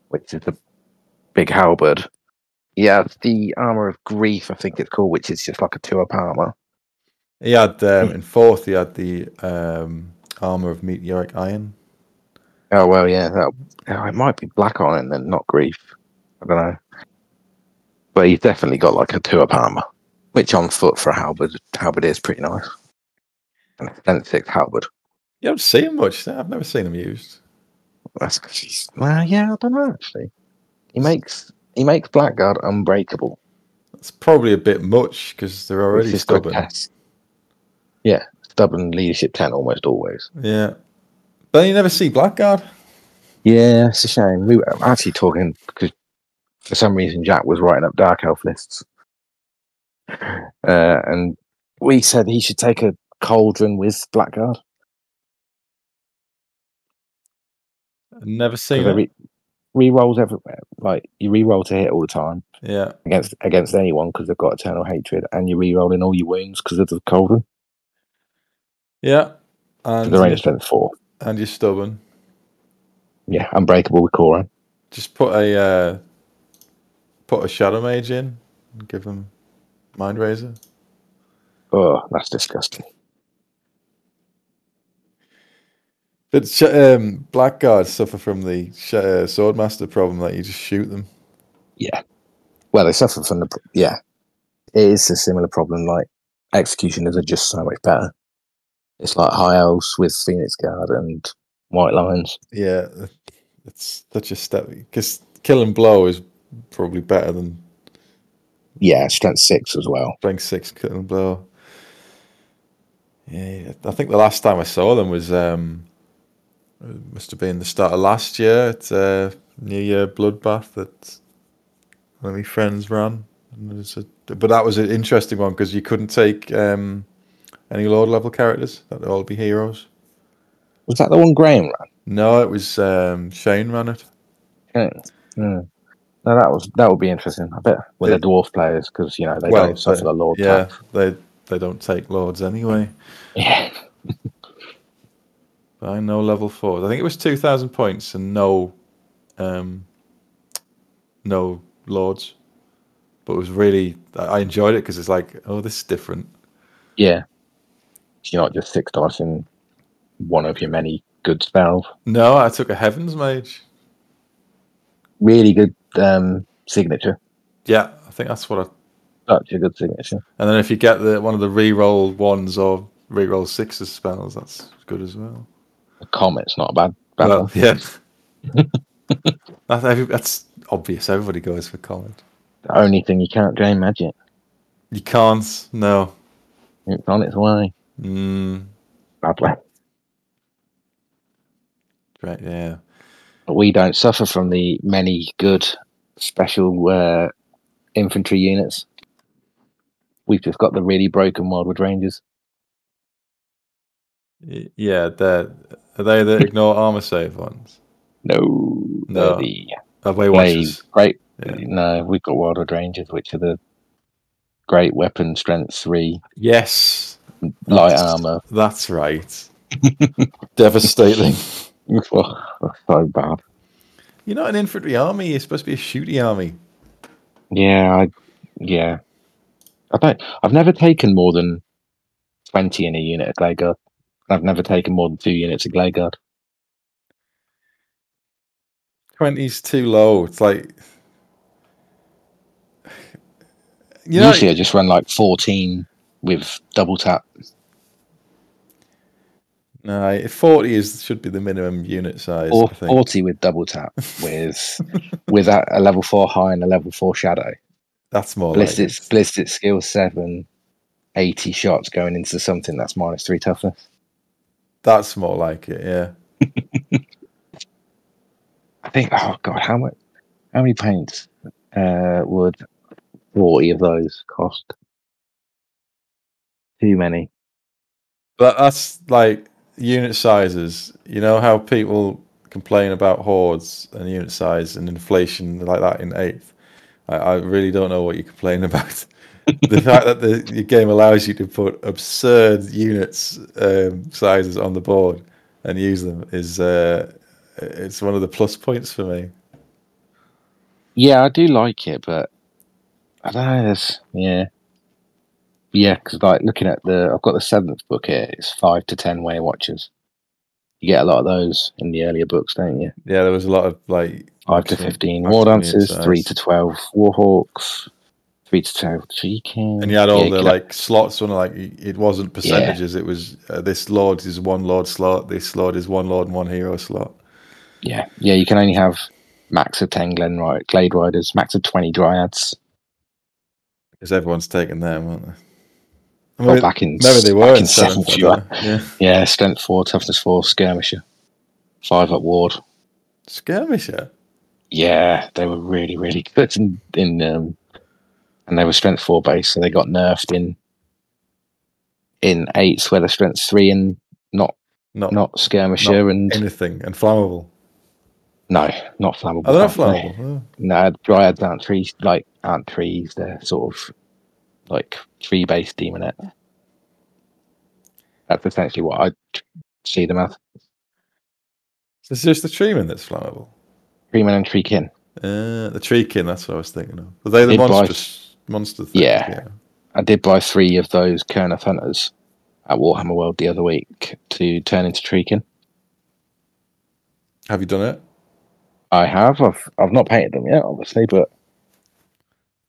which is the big halberd. He has the armor of grief, I think it's called, which is just like a two-up armor. He had Hmm. um, in fourth. He had the um, armor of meteoric iron. Oh well, yeah. That, oh, it might be black on and then not grief. I don't know. But he's definitely got like a two-up armor, which on foot for a halberd, halberd is pretty nice. And a then six halberd. You don't see him much. no, I've never seen him used. That's he's- well, yeah. I don't know actually. He makes he makes Blackguard unbreakable. That's probably a bit much because they're which already is stubborn. grotesque. Yeah, stubborn leadership ten almost always. Yeah, but you never see Blackguard. Yeah, it's a shame. We were actually talking because for some reason Jack was writing up Dark Elf lists. Uh, and we said he should take a cauldron with Blackguard. Never 'cause seen they him. Re- re-rolls everywhere. Like you re-roll to hit all the time Yeah, against against anyone because they've got eternal hatred, and you're re-rolling all your wounds because of the cauldron. yeah, So and they're only strength four. and you're stubborn. Yeah, unbreakable with Koran. Just put a uh, put a shadow mage in. And give him mind razor. Oh, that's disgusting. But sh- um, blackguards suffer from the sh- uh, swordmaster problem that you just shoot them. Well, they suffer from the pr- yeah. It is a similar problem. Like executioners are just so much better. It's like high elves with Phoenix Guard and White Lions. Yeah, it's such a step because kill and blow is probably better than Yeah, strength six as well. rank six kill and blow. Yeah, I think the last time I saw them was um, it must have been the start of last year at uh, New Year bloodbath that one of my friends ran. And it was a- but that was an interesting one because you couldn't take um, any lord level characters; that'd all be heroes. Was that the one Graham ran? No, it was um, Shane ran it. Yeah. Mm. No, that was that would be interesting. I bet with Yeah. the dwarf players because you know they Well, don't suffer they- the lord. yeah, tax. they they don't take lords anyway. yeah. But I know level four. I think it was two thousand points and no, um, no lords. But it was really I I enjoyed it because it's like, oh, this is different. Yeah. You're not just six dice in one of your many good spells. No, I took a heavens mage. Really good um, signature. Yeah, I think that's what I. Such a good signature. And then if you get the one of the re-roll ones or re-roll sixes spells, that's good as well. A comet's not a bad. bad one. Well, yeah. that's, every- that's obvious. Everybody goes for Colin. The only thing you can't gain magic. You can't. No. It's on its way. Mm, Badly. right. Yeah. But we don't suffer from the many good special uh, infantry units. We've just got the really broken Wildwood Rangers. Y- Yeah. They're, are they the ignore armor save ones? No, No. they're the Are they brave, watchers? great. Yeah. No, we've got Wildwood Rangers, which are the great weapon strength three, Yes. light That's- armor. That's right. Devastating. Oh, so bad. You're not an infantry army. You're supposed to be a shooty army. Yeah, I, yeah. I don't. I've never taken more than twenty in a unit of Gleygard. I've never taken more than two units of Gleygard. Twenty's too low. It's like. You know, Usually, I just run like fourteen with double tap. no, forty is should be the minimum unit size. or I think. forty with double tap with with a, a level four high and a level four shadow. That's more. like Ballistic it. ballistic skill seven, 80 shots going into something that's minus three toughness. That's more like it. Yeah. I think. Oh god, how much? How many paints uh, would forty of those cost? Too many. But that's like unit sizes. You know how people complain about hordes and unit size and inflation like that in eighth. I, I really don't know what you complain about. the fact that the your game allows you to put absurd units um, sizes on the board and use them is uh, it's one of the plus points for me. Yeah, I do like it, but I don't know. There's, yeah, Yeah, because like looking at the, I've got the seventh book here. It's five to ten Way Watchers. You get a lot of those in the earlier books, don't you? Yeah, there was a lot of like Five to Excellent. fifteen That's War what it Dancers, says. three to twelve Warhawks, three to twelve Tree King. and you had all Yeah, the get- like slots on like y- it wasn't percentages it was uh, this lord is one lord slot this lord is one lord and one hero slot Yeah, yeah. You can only have max of ten Glen Ri- Glade Riders, max of twenty Dryads. because everyone's taking them aren't they I Well, mean, back in maybe they were back in in seventh, seventh, I you don't know. yeah Yeah, strength four, toughness four, skirmisher, five up ward. skirmisher Yeah, they were really, really good in, in um, and they were strength four base, so they got nerfed in in eights where they're strength three and not not, not skirmisher and anything and flammable no, not flammable. I don't know aren't they? flammable oh. No, dryads aren't trees like aren't trees, they're sort of like tree based demonette. That's essentially what I t- see them as. so it's just the treeman that's flammable Tree man and tree kin. uh, the tree kin that's what I was thinking of were they the Midwife. monstrous monster thing Yeah. I did buy three of those Kernoth Hunters at Warhammer World the other week to turn into Treekin. have you done it I have. I've I've not painted them yet, obviously, but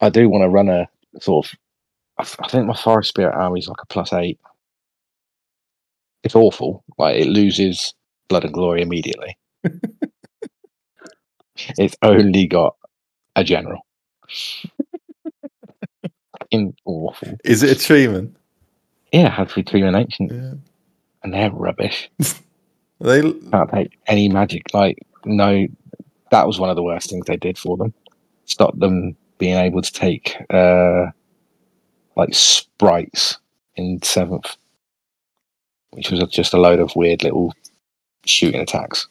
I do want to run a sort of. I f- I think my Forest Spirit Army is like a plus eight. It's awful. Like it loses blood and glory immediately. it's only got a general. In awful. is it a treeman Yeah, it has to be three and ancient, yeah and they're rubbish. they can't take any magic. Like, no, that was one of the worst things they did for them. Stop them being able to take uh, like sprites in seventh, which was just a load of weird little shooting attacks.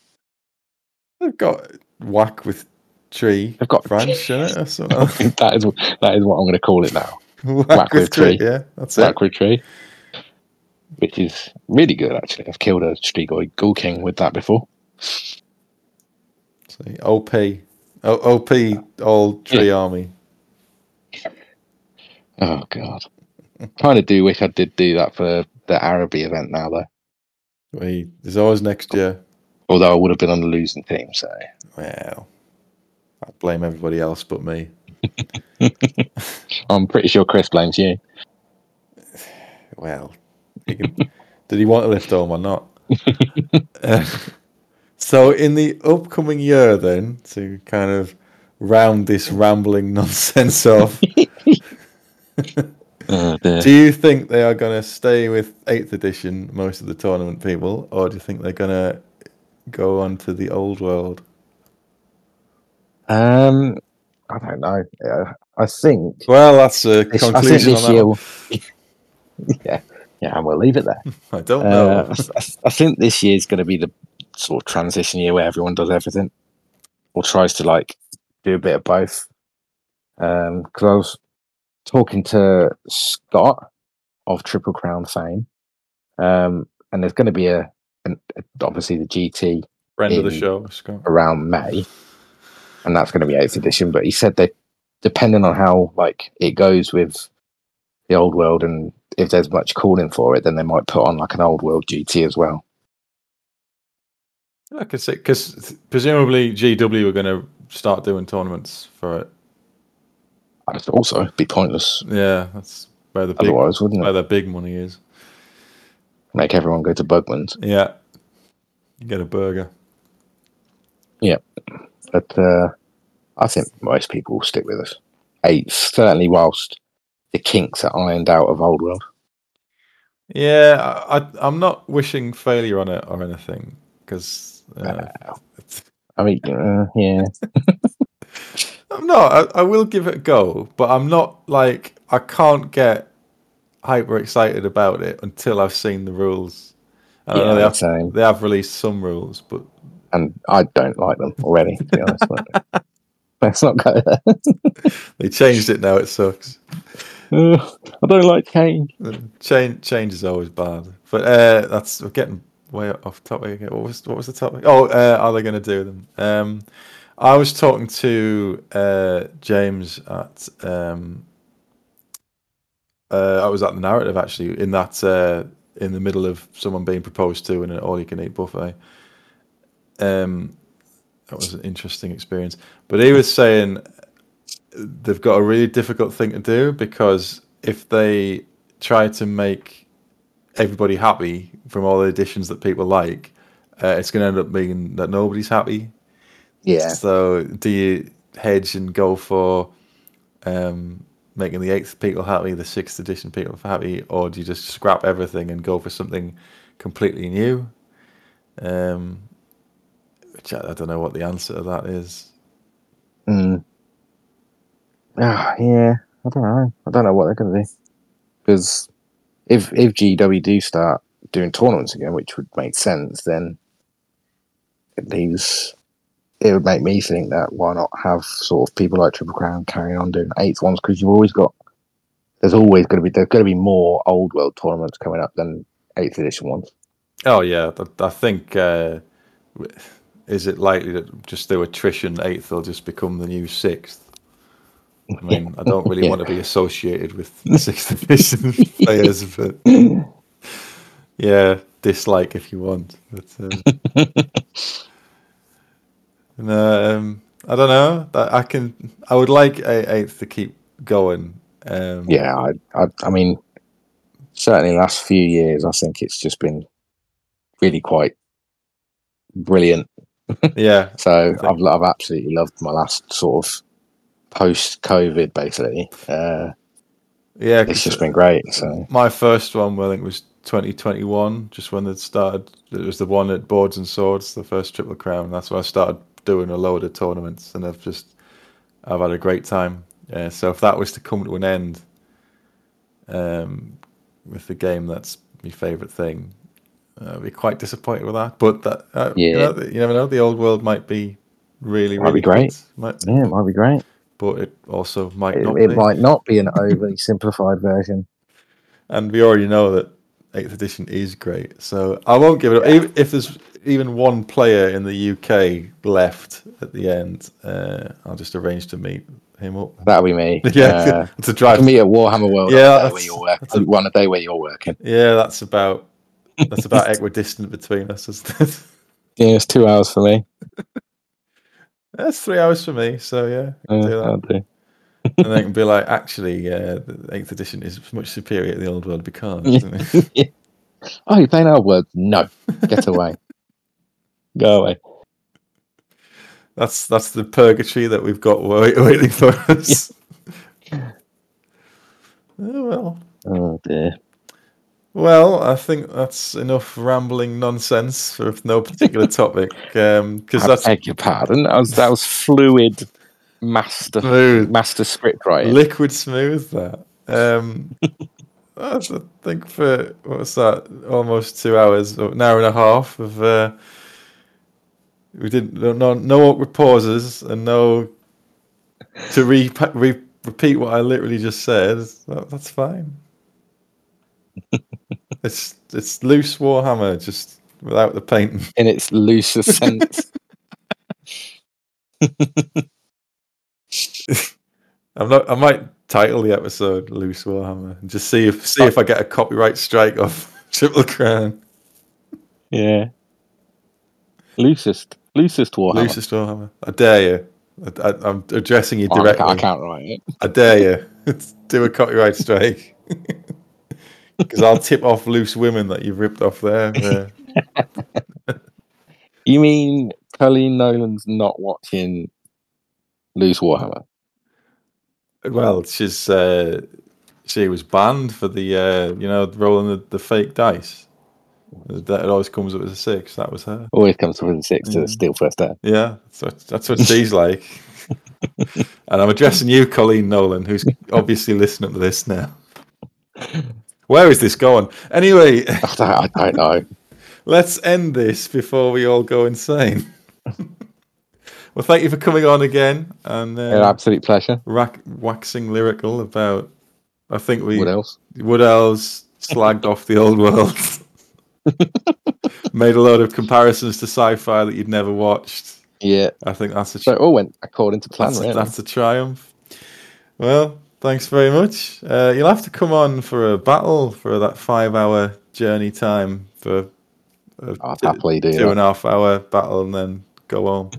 they've got whack with tree They've got- branch in it or something that is that Oh. is what I'm going to call it now. Whack, with with tree. tree. Yeah, that's it. Black Tree, which is really good actually. I've killed a Strigoi Ghoul King with that before. So, OP, O- OP, all tree army. Oh god, kind of do wish I did do that for the Araby event now though. We, there's always next year. although I would have been on the losing team. So Well, I blame everybody else but me. I'm pretty sure Chris blames you. Well, he can- did he want to lift home or not? Uh, so, in the upcoming year, then, to kind of round this rambling nonsense off, do you think they are going to stay with 8th edition, most of the tournament people, or do you think they're going to go on to the old world? um, I don't know. Uh, I think. Well, that's a This, I think conclusion on this that. year. one. Will, yeah, yeah, and we'll leave it there. I don't Uh, know. I, th- I think this year's going to be the sort of transition year where everyone does everything or tries to like do a bit of both. Because I was talking to Scott of Triple Crown fame, um, and there's going to be a, an, obviously the GT Friend of the in- show, Scott. around May, and that's going to be eighth edition. But he said that depending on how like it goes with the old world, and if there's much calling for it, then they might put on like an old world GT as well. I could say because presumably GW are going to start doing tournaments for it. I'd also be pointless Yeah, that's where the big otherwise, wouldn't where it? the big money is. Make everyone go to Bugman's. Yeah, you get a burger. But uh, I think most people will stick with us. Eight certainly, whilst the kinks are ironed out of old world. Yeah, I, I, I'm not wishing failure on it or anything because uh, it's- I mean, uh, yeah, I'm not. I, I will give it a go, but I'm not like I can't get hyper excited about it until I've seen the rules. I know yeah, they I'm the have, same. they have released some rules, but and I don't like them already. To be honest, but let's not go there. they changed it now. It sucks. Ugh, Uh, I don't like change. Change change is always bad, but uh, that's we're getting way off topic. again. What was what was the topic? Oh, uh, are they going to do them? Um, I was talking to uh, James at um, uh, I was at the narrative actually in that uh, in the middle of someone being proposed to in an all-you-can-eat buffet. Um, that was an interesting experience. But he was saying they've got a really difficult thing to do because if they try to make everybody happy from all the additions that people like, uh, it's going to end up being that nobody's happy. Yeah. So do you hedge and go for um, making the eighth people happy, the sixth edition people happy, or do you just scrap everything and go for something completely new? Um, which I, I don't know what the answer to that is. Mm. Ah, yeah. I don't know. I don't know what they're going to do because if if GW do start doing tournaments again, which would make sense, then it leaves. It would make me think that why not have sort of people like Triple Crown carrying on doing eighth ones because you've always got there's always going to be there's going to be more old world tournaments coming up than eighth edition ones. Oh yeah, I, I think uh, is it likely that just through attrition eighth will just become the new sixth? I mean, I don't really Yeah. want to be associated with the sixth edition players, but yeah, dislike if you want. But uh, no, um, I don't know. I, I can. I would like a eighth to keep going. Um, Yeah, I I, I mean certainly the last few years I think it's just been really quite brilliant yeah, So think- I've, I've absolutely loved my last sort of post COVID basically. Uh, yeah. it's 'cause just been great. So My first one, I think, was 2021, just when it started. It was the one at Boards and Swords, the first Triple Crown. That's when I started doing a load of tournaments, and I've just I've had a great time. Yeah, so if that was to come to an end, um, with the game, that's my favourite thing. Uh, I'd be quite disappointed with that, but that uh, you, Yeah. know, the- you never know. The old world might be really, Might be really great. good, might- yeah, it might be great. but it also might It, not. it be. might not be an overly simplified version. and we already know that eighth edition is great. So I won't give it up. Even if there's even one player in the UK left at the end, uh, I'll just arrange to meet him up. That'll be me. Yeah, to Uh, drive. for me at Warhammer World, Yeah, yeah, that's- where you're working, that's a- one a day where you're working. Yeah, that's about that's about equidistant between us, isn't it? Yeah, it's two hours for me. That's three hours for me. So yeah, I can Uh, do that. I'll do. and they can be like, actually, uh, the eighth edition is much superior to the old world because. Yeah. isn't it? Oh, you're playing our word? No, get away, go away. That's that's the purgatory that we've got wait, waiting for us. oh well. Oh dear. Well, I think that's enough rambling nonsense for no particular topic. Because I that's beg your pardon. That was that was fluid, master smooth, master script writing. liquid smooth. That. Um, that's, I think for what was that? Almost two hours, or an hour and a half of. Uh, we didn't no- no no awkward pauses and no to re, re, repeat what I literally just said. That, that's fine. it's it's loose Warhammer, just without the painting. in its loosest sense. I'm not. I might title the episode "Loose Warhammer" and just see if see if I get a copyright strike off Triple Crown. yeah. Loosest. Loosest Warhammer. Loosest Warhammer. I dare you. I, I, I'm addressing you Oh, I, directly. can't, I can't write it. I dare you. Do a copyright strike. Because I'll tip off loose women that you've ripped off there. Yeah. You mean Colleen Nolan's not watching Loose Warhammer? well, she's uh, she was banned for the uh, you know rolling the, the fake dice. That it always comes up as a six. That was her. Always comes from the six Yeah. to steal first air. Yeah, that's what, that's what she's like. and I'm addressing you, Colleen Nolan, who's obviously listening to this now. Where is this going? Anyway, I don't, I don't know. let's end this before we all go insane. well, thank you for coming on again and An uh, absolute pleasure. rack, waxing lyrical about. I think we What else? Wood Elves slagged off the old world. Made a load of comparisons to sci-fi that you'd never watched. Yeah. I think that's a So it all went according to plan, that's, really. that's a triumph. Well, Thanks very much. Uh, you'll have to come on for a battle for that five-hour journey time for a I'll happily do two that. and a half hour battle and then go home.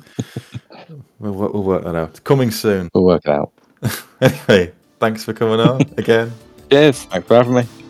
we'll, wo- we'll work that out. Coming soon. We'll work it out. Anyway, thanks for coming on again. Cheers. Thanks for having me.